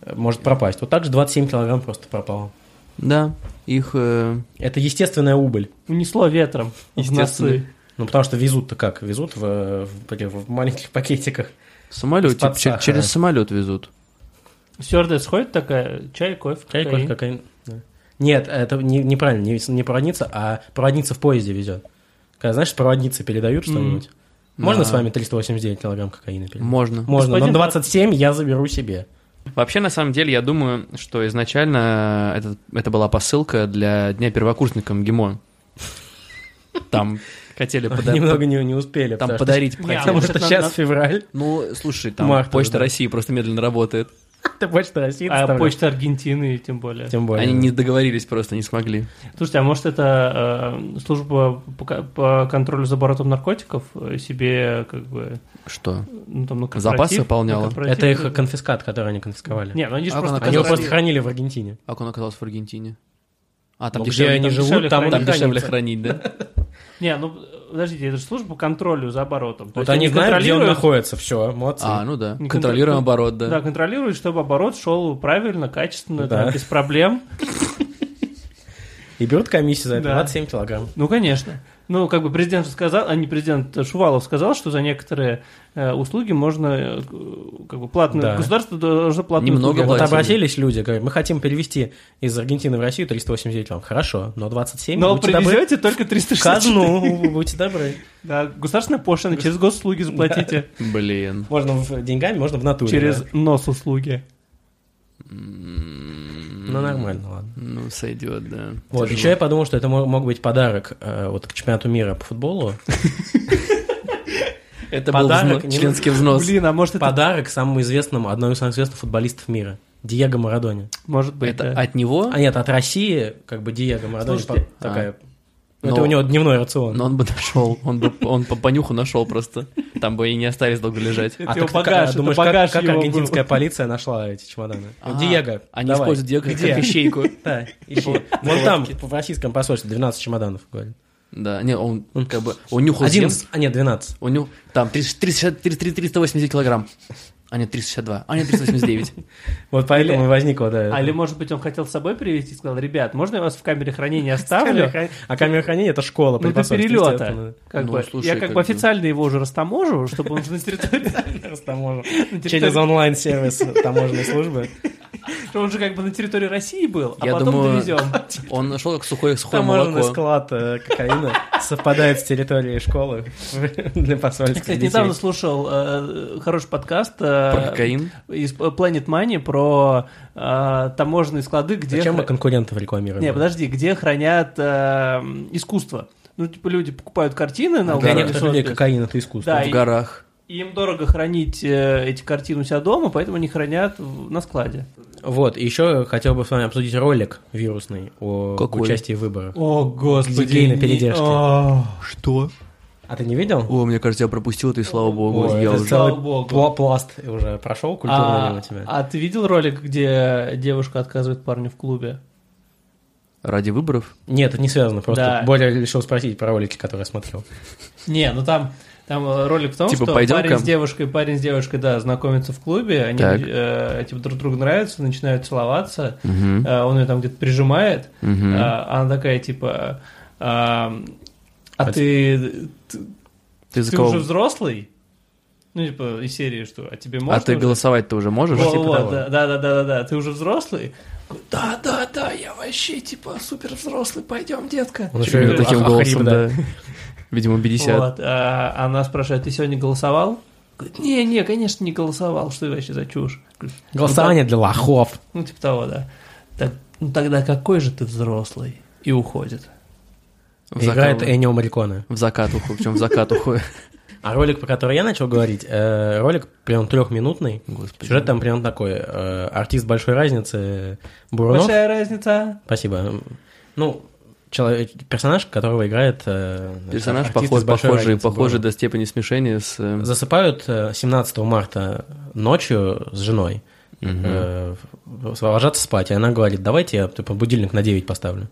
Speaker 3: э, может пропасть. Вот так же 27 килограмм просто пропало.
Speaker 1: Да, их... э,
Speaker 3: Это естественная убыль.
Speaker 2: Унесло ветром в
Speaker 1: Естественно.
Speaker 2: носы.
Speaker 3: Ну, потому что везут-то как? Везут в, в- при- в маленьких пакетиках.
Speaker 1: в самолете,
Speaker 3: Из-под
Speaker 1: че-
Speaker 3: сахара.
Speaker 1: через самолет везут.
Speaker 2: Стюардесс ходит такая, чай, кофе,
Speaker 3: Чай, кофе,
Speaker 2: кокаин.
Speaker 3: кокаин. Да. Нет, это не- неправильно, не, не проводница, а проводница в поезде везет. Когда, знаешь, проводницы передают что-нибудь. Можно
Speaker 1: Да.
Speaker 3: с вами 389 килограмм кокаина передать?
Speaker 1: Можно.
Speaker 3: Можно,
Speaker 2: Господин-
Speaker 3: но 27 я заберу себе.
Speaker 1: Вообще, на самом деле, я думаю, что изначально это, это была посылка для Дня первокурсника МГИМО. Там хотели пода-
Speaker 3: Немного не, не успели.
Speaker 1: там
Speaker 3: потому что-
Speaker 1: подарить
Speaker 2: Не,
Speaker 1: хотели.
Speaker 2: а
Speaker 3: Потому что
Speaker 2: Это
Speaker 3: сейчас
Speaker 2: надо-
Speaker 3: февраль,
Speaker 1: Ну, слушай, там
Speaker 3: Марта,
Speaker 1: Почта
Speaker 3: да.
Speaker 1: России просто медленно работает.
Speaker 3: это почта России.
Speaker 2: А
Speaker 3: доставляет.
Speaker 2: почта Аргентины тем более.
Speaker 3: Тем более.
Speaker 1: Они не договорились просто, не смогли.
Speaker 2: Слушайте, а может это э, служба по, ко- по контролю за оборотом наркотиков э, себе как бы
Speaker 1: Что?
Speaker 2: ну, там, на корпоратив-
Speaker 1: Запасы пополняла?
Speaker 2: на корпоратив-
Speaker 3: Это их конфискат, который они конфисковали.
Speaker 2: Не, ну они же
Speaker 1: А,
Speaker 2: просто...
Speaker 1: она
Speaker 3: Они его
Speaker 1: конфискат.
Speaker 3: просто хранили в Аргентине.
Speaker 1: А как он оказался в Аргентине? А, там
Speaker 3: Ну, где
Speaker 1: дешевле,
Speaker 3: они
Speaker 1: там,
Speaker 3: живут,
Speaker 2: дешевле
Speaker 3: там,
Speaker 2: хранить.
Speaker 1: там
Speaker 3: они
Speaker 1: дешевле
Speaker 3: хранятся.
Speaker 1: хранить, да?
Speaker 2: Не, ну подождите, это же служба по контролю за оборотом. То
Speaker 3: Вот
Speaker 2: есть
Speaker 3: они знают, где он
Speaker 2: контролируют-
Speaker 3: находится. Все, молодцы.
Speaker 1: А, ну да.
Speaker 2: Не
Speaker 1: Контролируем
Speaker 2: контр-
Speaker 1: оборот,
Speaker 2: Да.
Speaker 1: да.
Speaker 2: контролируют, чтобы оборот шел правильно, качественно,
Speaker 3: Да.
Speaker 2: там, без проблем.
Speaker 3: И берут комиссию за это
Speaker 2: Да.
Speaker 3: 27 килограмм.
Speaker 2: Ну, конечно. Ну, как бы президент же сказал, а не президент э, Шувалов сказал, что за некоторые э, услуги можно, э, как бы платное
Speaker 3: Да.
Speaker 2: государство должно платную
Speaker 1: Немного
Speaker 2: услугу.
Speaker 3: Вот
Speaker 1: платили.
Speaker 3: обратились люди, говорят, мы хотим перевести из Аргентины в Россию 389 вам. Хорошо, но 27
Speaker 2: Но
Speaker 3: будьте добры,
Speaker 2: привезете только
Speaker 3: в
Speaker 2: 360.
Speaker 3: казну, будьте добры.
Speaker 2: Да, государственная пошлина через госуслуги заплатите.
Speaker 1: Блин.
Speaker 3: Можно в- деньгами, можно в натуре. да.
Speaker 2: Через нос услуги.
Speaker 3: Ну, нормально, ладно.
Speaker 1: Ну, сойдет, да.
Speaker 3: Вот,
Speaker 1: Тяжело.
Speaker 3: еще я подумал, что это мо- мог быть подарок э, вот к чемпионату мира по футболу.
Speaker 1: Это был
Speaker 3: Подарок
Speaker 1: взно-
Speaker 3: не-
Speaker 1: членский взнос.
Speaker 2: Блин, а может это...
Speaker 3: Подарок самому известному, одному из самых известных футболистов мира. Диего Марадоне.
Speaker 2: Может быть,
Speaker 1: Это
Speaker 2: да.
Speaker 1: от него,
Speaker 3: А нет, от России, как бы Диего Марадоне
Speaker 2: Слушайте,
Speaker 3: по- такая.
Speaker 1: а,
Speaker 3: ну, это
Speaker 1: но-
Speaker 3: у него дневной рацион. А
Speaker 1: но он бы нашел, он бы он по, по нюху нашел просто. Там бы и не остались долго лежать.
Speaker 2: Это
Speaker 3: а
Speaker 2: его
Speaker 3: ты как-
Speaker 2: багаж, это
Speaker 3: думаешь, как-
Speaker 2: багаж
Speaker 3: как,
Speaker 2: его был.
Speaker 3: аргентинская полиция нашла эти чемоданы?
Speaker 1: А,
Speaker 3: Диего,
Speaker 1: Они
Speaker 3: давай.
Speaker 1: используют Диего
Speaker 3: Где?
Speaker 1: как вещейку.
Speaker 3: Да, ищи. Вон там, в российском посольстве, 12 чемоданов, говорят.
Speaker 1: Да, не, он как бы, он нюхал землю.
Speaker 3: 11, а нет, 12.
Speaker 1: У него там 30, 30, 30, 380 килограмм. А нет, 362. А нет, 389.
Speaker 3: Вот поэтому и возникло, да.
Speaker 2: А
Speaker 3: это.
Speaker 2: или, может быть, он хотел с собой привезти и сказал, ребят, можно я вас в камере хранения оставлю?
Speaker 3: А камера хранения – это школа при
Speaker 2: Ну, до
Speaker 3: посольстве,
Speaker 2: перелета.
Speaker 3: естественно.
Speaker 2: Как
Speaker 1: Ну,
Speaker 2: бы,
Speaker 1: слушай,
Speaker 2: я как,
Speaker 1: как
Speaker 2: бы
Speaker 1: бы-
Speaker 2: официально его уже растаможу, чтобы он же на территории...
Speaker 3: Растаможен.
Speaker 2: на территории-
Speaker 3: Через онлайн-сервис таможенной службы.
Speaker 2: что Он же как бы на территории России был, а
Speaker 1: Я
Speaker 2: потом
Speaker 1: думаю,
Speaker 2: довезем.
Speaker 1: Он нашел как сухое, сухое
Speaker 3: Таможенный
Speaker 1: молоко.
Speaker 3: склад э, кокаина совпадает с территорией школы для
Speaker 2: Я,
Speaker 3: посольских
Speaker 2: кстати,
Speaker 3: детей.
Speaker 2: недавно слушал э, хороший подкаст э,
Speaker 1: Про кокаин.
Speaker 2: из Planet Money про э, таможенные склады, где...
Speaker 3: Зачем мы
Speaker 2: хра-
Speaker 3: конкурентов рекламируем?
Speaker 2: Не, подожди, где хранят э, искусство? Ну, типа, люди покупают картины
Speaker 3: Для
Speaker 2: на
Speaker 1: Да,
Speaker 2: уровне
Speaker 3: некоторых людей
Speaker 2: Sotheby's.
Speaker 3: кокаин – это искусство.
Speaker 2: Да,
Speaker 1: В
Speaker 2: и-
Speaker 1: горах.
Speaker 2: И Им дорого хранить э, эти картины у себя дома, поэтому они хранят в- на складе.
Speaker 3: Вот, и еще хотел бы с вами обсудить ролик вирусный о
Speaker 1: Какой?
Speaker 3: участии в выборах.
Speaker 2: О, господи.
Speaker 3: Сергей на не- передержке.
Speaker 2: Что?
Speaker 3: А ты не видел?
Speaker 1: О, мне кажется, я пропустил это, и слава богу,
Speaker 3: Ой,
Speaker 1: я
Speaker 3: это
Speaker 1: уже...
Speaker 3: целый
Speaker 2: Слава богу.
Speaker 3: пла- пласт уже прошел культурный
Speaker 2: А,
Speaker 3: мимо тебя.
Speaker 2: а ты видел ролик, где девушка отказывает парню в клубе?
Speaker 1: Ради выборов?
Speaker 3: Нет, это не связано, просто
Speaker 2: Да.
Speaker 3: Боря решил спросить про ролики, которые я смотрел.
Speaker 2: Не, ну там, там э, ролик в том,
Speaker 1: Типа,
Speaker 2: что
Speaker 1: «Пойдём
Speaker 2: парень
Speaker 1: ко
Speaker 2: с
Speaker 1: мне?»
Speaker 2: девушкой, парень с девушкой, да, знакомятся в клубе, они
Speaker 1: Так.
Speaker 2: э, типа друг другу нравятся, начинают целоваться,
Speaker 1: Мгм.
Speaker 2: э, он ее там где-то прижимает,
Speaker 1: Мгм.
Speaker 2: а она такая типа, а, а
Speaker 3: А
Speaker 2: ты, ты,
Speaker 1: Ты за
Speaker 2: ты
Speaker 1: кого?
Speaker 2: уже взрослый? Ну типа из серии что, а тебе можно?
Speaker 1: А ты
Speaker 2: уже?
Speaker 1: голосовать-то уже можешь?
Speaker 2: Во-
Speaker 3: типа
Speaker 2: во,
Speaker 3: того.
Speaker 2: да, да, да, да, да, ты уже взрослый? Да, да, да, я вообще типа супер взрослый, пойдем, детка.
Speaker 3: Он еще
Speaker 1: Именно
Speaker 3: и
Speaker 1: таким
Speaker 3: ах-
Speaker 1: голосом,
Speaker 3: охрип,
Speaker 1: да. Видимо, 50.
Speaker 2: Вот, а она спрашивает, ты сегодня голосовал? Говорит, не, не, конечно, не голосовал, что это вообще за чушь? Говорит,
Speaker 3: Голосование для лохов.
Speaker 2: Ну, типа того, да. «Так, ну, тогда какой же ты взрослый? И уходит.
Speaker 1: В
Speaker 3: Играет
Speaker 1: закат.
Speaker 3: Энио Марикона.
Speaker 1: В закат уходит, причем в закат уходит.
Speaker 3: А ролик, про который я начал говорить, э, ролик прям трехминутный.
Speaker 1: Господи.
Speaker 3: Сюжет там прям такой. э, артист большой разницы Бурунов.
Speaker 2: Большая разница.
Speaker 3: Спасибо. Ну, человек, персонаж, которого играет... э, значит,
Speaker 1: Персонаж
Speaker 3: артист из
Speaker 1: похож,
Speaker 3: «Большой
Speaker 1: похожий,
Speaker 3: разницы»
Speaker 1: похожий
Speaker 3: Бурунов.
Speaker 1: до степени смешения с... э,
Speaker 3: Засыпают э, 17 марта ночью с женой. э, в- в- ложатся спать, и она говорит, давайте я типа, будильник на 9 поставлю.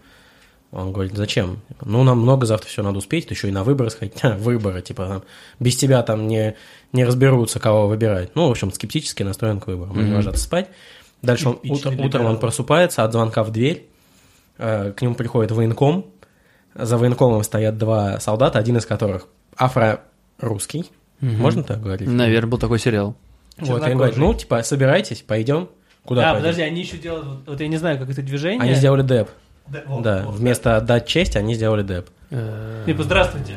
Speaker 3: Он говорит, зачем? Ну, нам много завтра все надо успеть, еще и на выборы сходить. Ха, Выборы, типа, там, без тебя там не, не разберутся, кого выбирать. Ну, в общем, скептически настроен к выборам. Они
Speaker 1: Мгм.
Speaker 3: ложатся спать. Дальше он,
Speaker 2: Типичный
Speaker 3: утро- утром
Speaker 2: либерал.
Speaker 3: он просыпается от звонка в дверь. Э, К нему приходит военком. За военкомом стоят два солдата, один из которых афро-русский. Можно так говорить?
Speaker 1: Наверное, был такой сериал.
Speaker 3: Вот, и он говорит, ну, типа, собирайтесь, пойдем. Куда
Speaker 2: а,
Speaker 3: пойдем?
Speaker 2: подожди, они еще делают, вот, вот я не знаю, как это движение.
Speaker 3: Они сделали деп.
Speaker 2: Да, вот,
Speaker 3: да,
Speaker 2: вот,
Speaker 3: вместо отдать честь они сделали деп.
Speaker 1: Э,
Speaker 2: да. Типа, здравствуйте.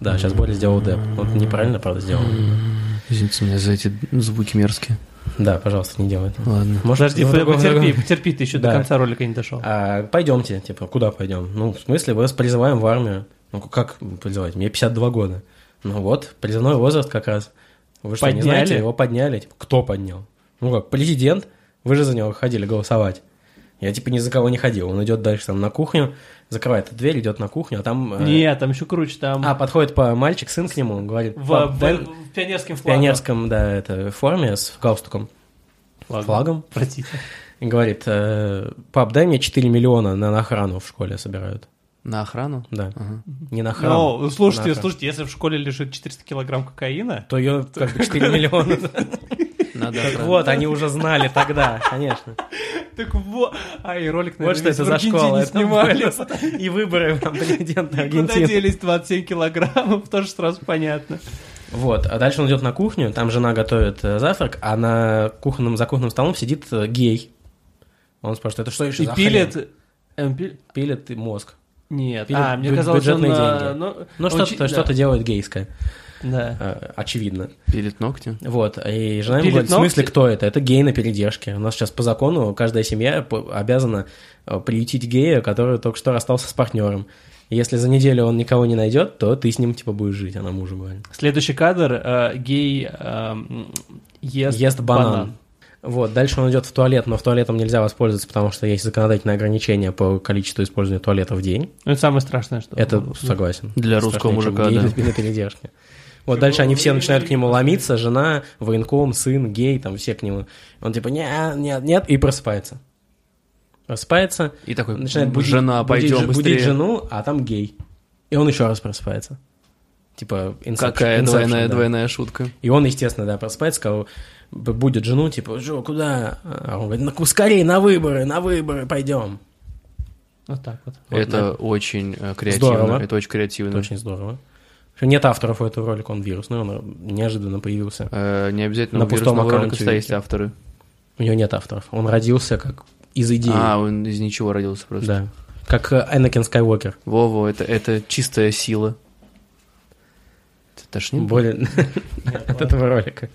Speaker 3: Да, сейчас Боря сделал деп. Он неправильно, правда, сделал.
Speaker 1: Извините меня за эти звуки мерзкие.
Speaker 3: Да, пожалуйста, не делай. этого.
Speaker 1: Ладно.
Speaker 3: Может,
Speaker 2: Подожди,
Speaker 3: в другом- в
Speaker 2: потерпи,
Speaker 3: другом-
Speaker 2: потерпи, ты еще
Speaker 3: Да.
Speaker 2: до конца ролика не дошел.
Speaker 3: А, пойдемте, типа, куда пойдем? Ну, в смысле, вас призываем в армию. Ну, как призывать? Мне 52 года. Ну вот, призывной возраст как раз. Вы что, не
Speaker 2: Подняли?
Speaker 3: знаете, его подняли? Типа, кто поднял? Ну как, президент? Вы же за него ходили голосовать. Я, типа, ни за кого не ходил. Он идет дальше там на кухню, закрывает дверь, идет на кухню, а там... э,
Speaker 2: Нет, там еще круче, там
Speaker 3: А, подходит по мальчик, сын к нему, он говорит,
Speaker 2: в,
Speaker 3: «Пап,
Speaker 2: в-
Speaker 3: дай
Speaker 2: в пионерском
Speaker 3: в
Speaker 2: флаге.
Speaker 3: пионерском, да, это, форме с галстуком,
Speaker 2: флагом.
Speaker 3: флагом,
Speaker 2: Простите.
Speaker 3: и говорит, «Э, пап, дай мне 4 миллиона на, на охрану в школе собирают.
Speaker 1: На охрану?
Speaker 3: Да,
Speaker 1: Ага.
Speaker 3: не на охрану.
Speaker 2: Ну, слушайте,
Speaker 3: Нахрен.
Speaker 2: слушайте, если в школе лежит 400 килограмм кокаина,
Speaker 3: То ее как бы 4 миллиона.
Speaker 1: Надо
Speaker 3: Так
Speaker 1: охрану.
Speaker 3: вот, они уже знали тогда, конечно.
Speaker 2: так вот, а и ролик,
Speaker 3: Вот
Speaker 2: наверное,
Speaker 3: что
Speaker 2: весь
Speaker 3: это
Speaker 2: в
Speaker 3: за
Speaker 2: Аргентине
Speaker 3: школа. это
Speaker 2: снимали.
Speaker 3: было. И выборы там, президента
Speaker 2: Куда
Speaker 3: Аргентины.
Speaker 2: делись 27 килограммов, тоже сразу понятно.
Speaker 3: Вот, а дальше он идет на кухню, там жена готовит э, завтрак, а на кухонном, за кухонным столом сидит э, гей. Он спрашивает, это что еще
Speaker 2: И
Speaker 3: за хрень?»
Speaker 2: пилит... эм, пилит-
Speaker 3: Пилит и мозг.
Speaker 2: Нет,
Speaker 3: Пилит
Speaker 2: а, мне
Speaker 3: бю-
Speaker 2: казалось, он...
Speaker 3: бюджетные
Speaker 2: а,
Speaker 3: деньги.
Speaker 2: Ну,
Speaker 3: Ну,
Speaker 2: он
Speaker 3: что-то,
Speaker 2: чи-
Speaker 3: что-то делает гейское,
Speaker 2: Да.
Speaker 3: э, очевидно.
Speaker 1: Пилит ногти.
Speaker 3: Вот, и жена ему
Speaker 2: Пилит
Speaker 3: говорит, в
Speaker 2: ногти?
Speaker 3: смысле, кто это? Это гей на передержке. У нас сейчас по закону каждая семья по- обязана э, приютить гея, который только что расстался с партнером. Если за неделю он никого не найдет, то ты с ним, типа, будешь жить, она мужу говорит.
Speaker 2: Следующий кадр. э, Гей эм, ест,
Speaker 3: Ест банан. Вот, дальше он идет в туалет, но в туалетом нельзя воспользоваться, потому что есть законодательное ограничение по количеству использования туалета в день.
Speaker 2: Ну, это самое страшное, что...
Speaker 3: Это
Speaker 2: было.
Speaker 3: согласен.
Speaker 1: Для русского
Speaker 3: Страшнее, чем
Speaker 1: мужика,
Speaker 3: гей
Speaker 1: да.
Speaker 3: на пи- на передержке. Вот дальше они все начинают к нему ломиться, жена, военком, сын, гей, там все к нему. Он типа нет, нет, нет, и просыпается. Просыпается,
Speaker 1: И такой,
Speaker 3: начинает будить,
Speaker 1: жена,
Speaker 3: будить
Speaker 1: пойдем
Speaker 3: ж- будить
Speaker 1: быстрее.
Speaker 3: жену, а там гей. И он еще раз просыпается. Типа инсепшн-
Speaker 1: Какая
Speaker 3: инсепшн,
Speaker 1: двойная,
Speaker 3: да.
Speaker 1: двойная шутка.
Speaker 3: И он, естественно, да, просыпается, кого будет жену, типа, Жо, куда? А он говорит, ну скорее на выборы, на выборы пойдем.
Speaker 2: Вот так вот.
Speaker 3: Вот,
Speaker 1: это
Speaker 3: да.
Speaker 1: очень э, креативно.
Speaker 3: Здорово.
Speaker 1: Это очень креативно.
Speaker 3: Это очень здорово. Причём Нет авторов у этого ролика, он вирусный, он неожиданно появился.
Speaker 1: Э, не обязательно
Speaker 3: На
Speaker 1: у
Speaker 3: пустом
Speaker 1: вирусного ролика
Speaker 3: аккаунте
Speaker 1: всегда есть
Speaker 3: Вики.
Speaker 1: авторы.
Speaker 3: У него нет авторов. Он родился как из идеи.
Speaker 1: А, он из ничего родился просто.
Speaker 3: да. Как э, Энакин Скайуокер.
Speaker 1: Во-во, это, это чистая сила. Ты тошнит?
Speaker 3: Более от этого ролика.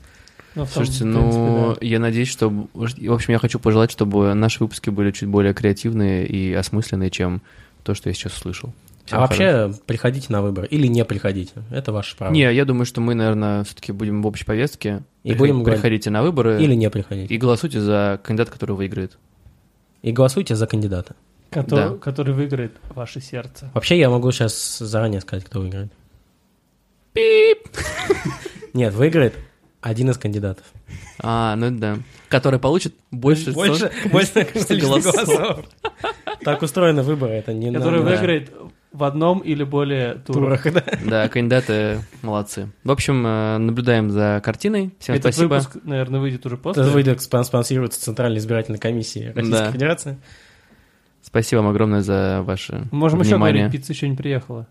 Speaker 2: Ну, в том,
Speaker 1: Слушайте,
Speaker 2: в
Speaker 1: ну,
Speaker 2: принципе,
Speaker 1: я надеюсь, что... В общем, я хочу пожелать, чтобы наши выпуски были чуть более креативные и осмысленные, чем то, что я сейчас слышал. Всем
Speaker 3: А вообще, приходите на выборы или не приходите. Это ваше право.
Speaker 1: хорошего. Не, я думаю, что мы, наверное, все-таки будем в общей повестке.
Speaker 3: И будем говорить-
Speaker 1: Приходите на выборы
Speaker 3: Или не приходите.
Speaker 1: и голосуйте за кандидата, который выиграет.
Speaker 3: И голосуйте за кандидата.
Speaker 2: да. Кото-
Speaker 1: да.
Speaker 2: Который выиграет ваше сердце.
Speaker 3: Вообще, я могу сейчас заранее сказать, кто выиграет.
Speaker 1: Пип.
Speaker 3: Нет, выиграет один из кандидатов.
Speaker 1: А, ну да. Который получит больше...
Speaker 3: Больше, больше количество
Speaker 1: голосов.
Speaker 3: голосов. Так устроены выборы, это не
Speaker 5: Который
Speaker 3: надо.
Speaker 5: выиграет в одном или более турах.
Speaker 3: Ну Турах, да.
Speaker 1: Да, кандидаты молодцы. В общем, э, наблюдаем за картиной. Всем
Speaker 5: Этот
Speaker 1: спасибо.
Speaker 5: выпуск, наверное, выйдет уже после.
Speaker 3: Это выйдет спон- спонсируется Центральной избирательной комиссией Российской
Speaker 1: Да.
Speaker 3: Федерации.
Speaker 1: Спасибо вам огромное за ваше
Speaker 5: Можем еще
Speaker 1: внимание.
Speaker 5: говорить, пицца еще не приехала.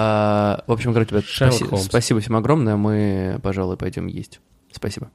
Speaker 1: А, в общем, короче, ребят,
Speaker 3: Шерлок
Speaker 1: спаси-
Speaker 3: Холмс.
Speaker 1: спасибо всем огромное. Мы, пожалуй, пойдем есть. Спасибо.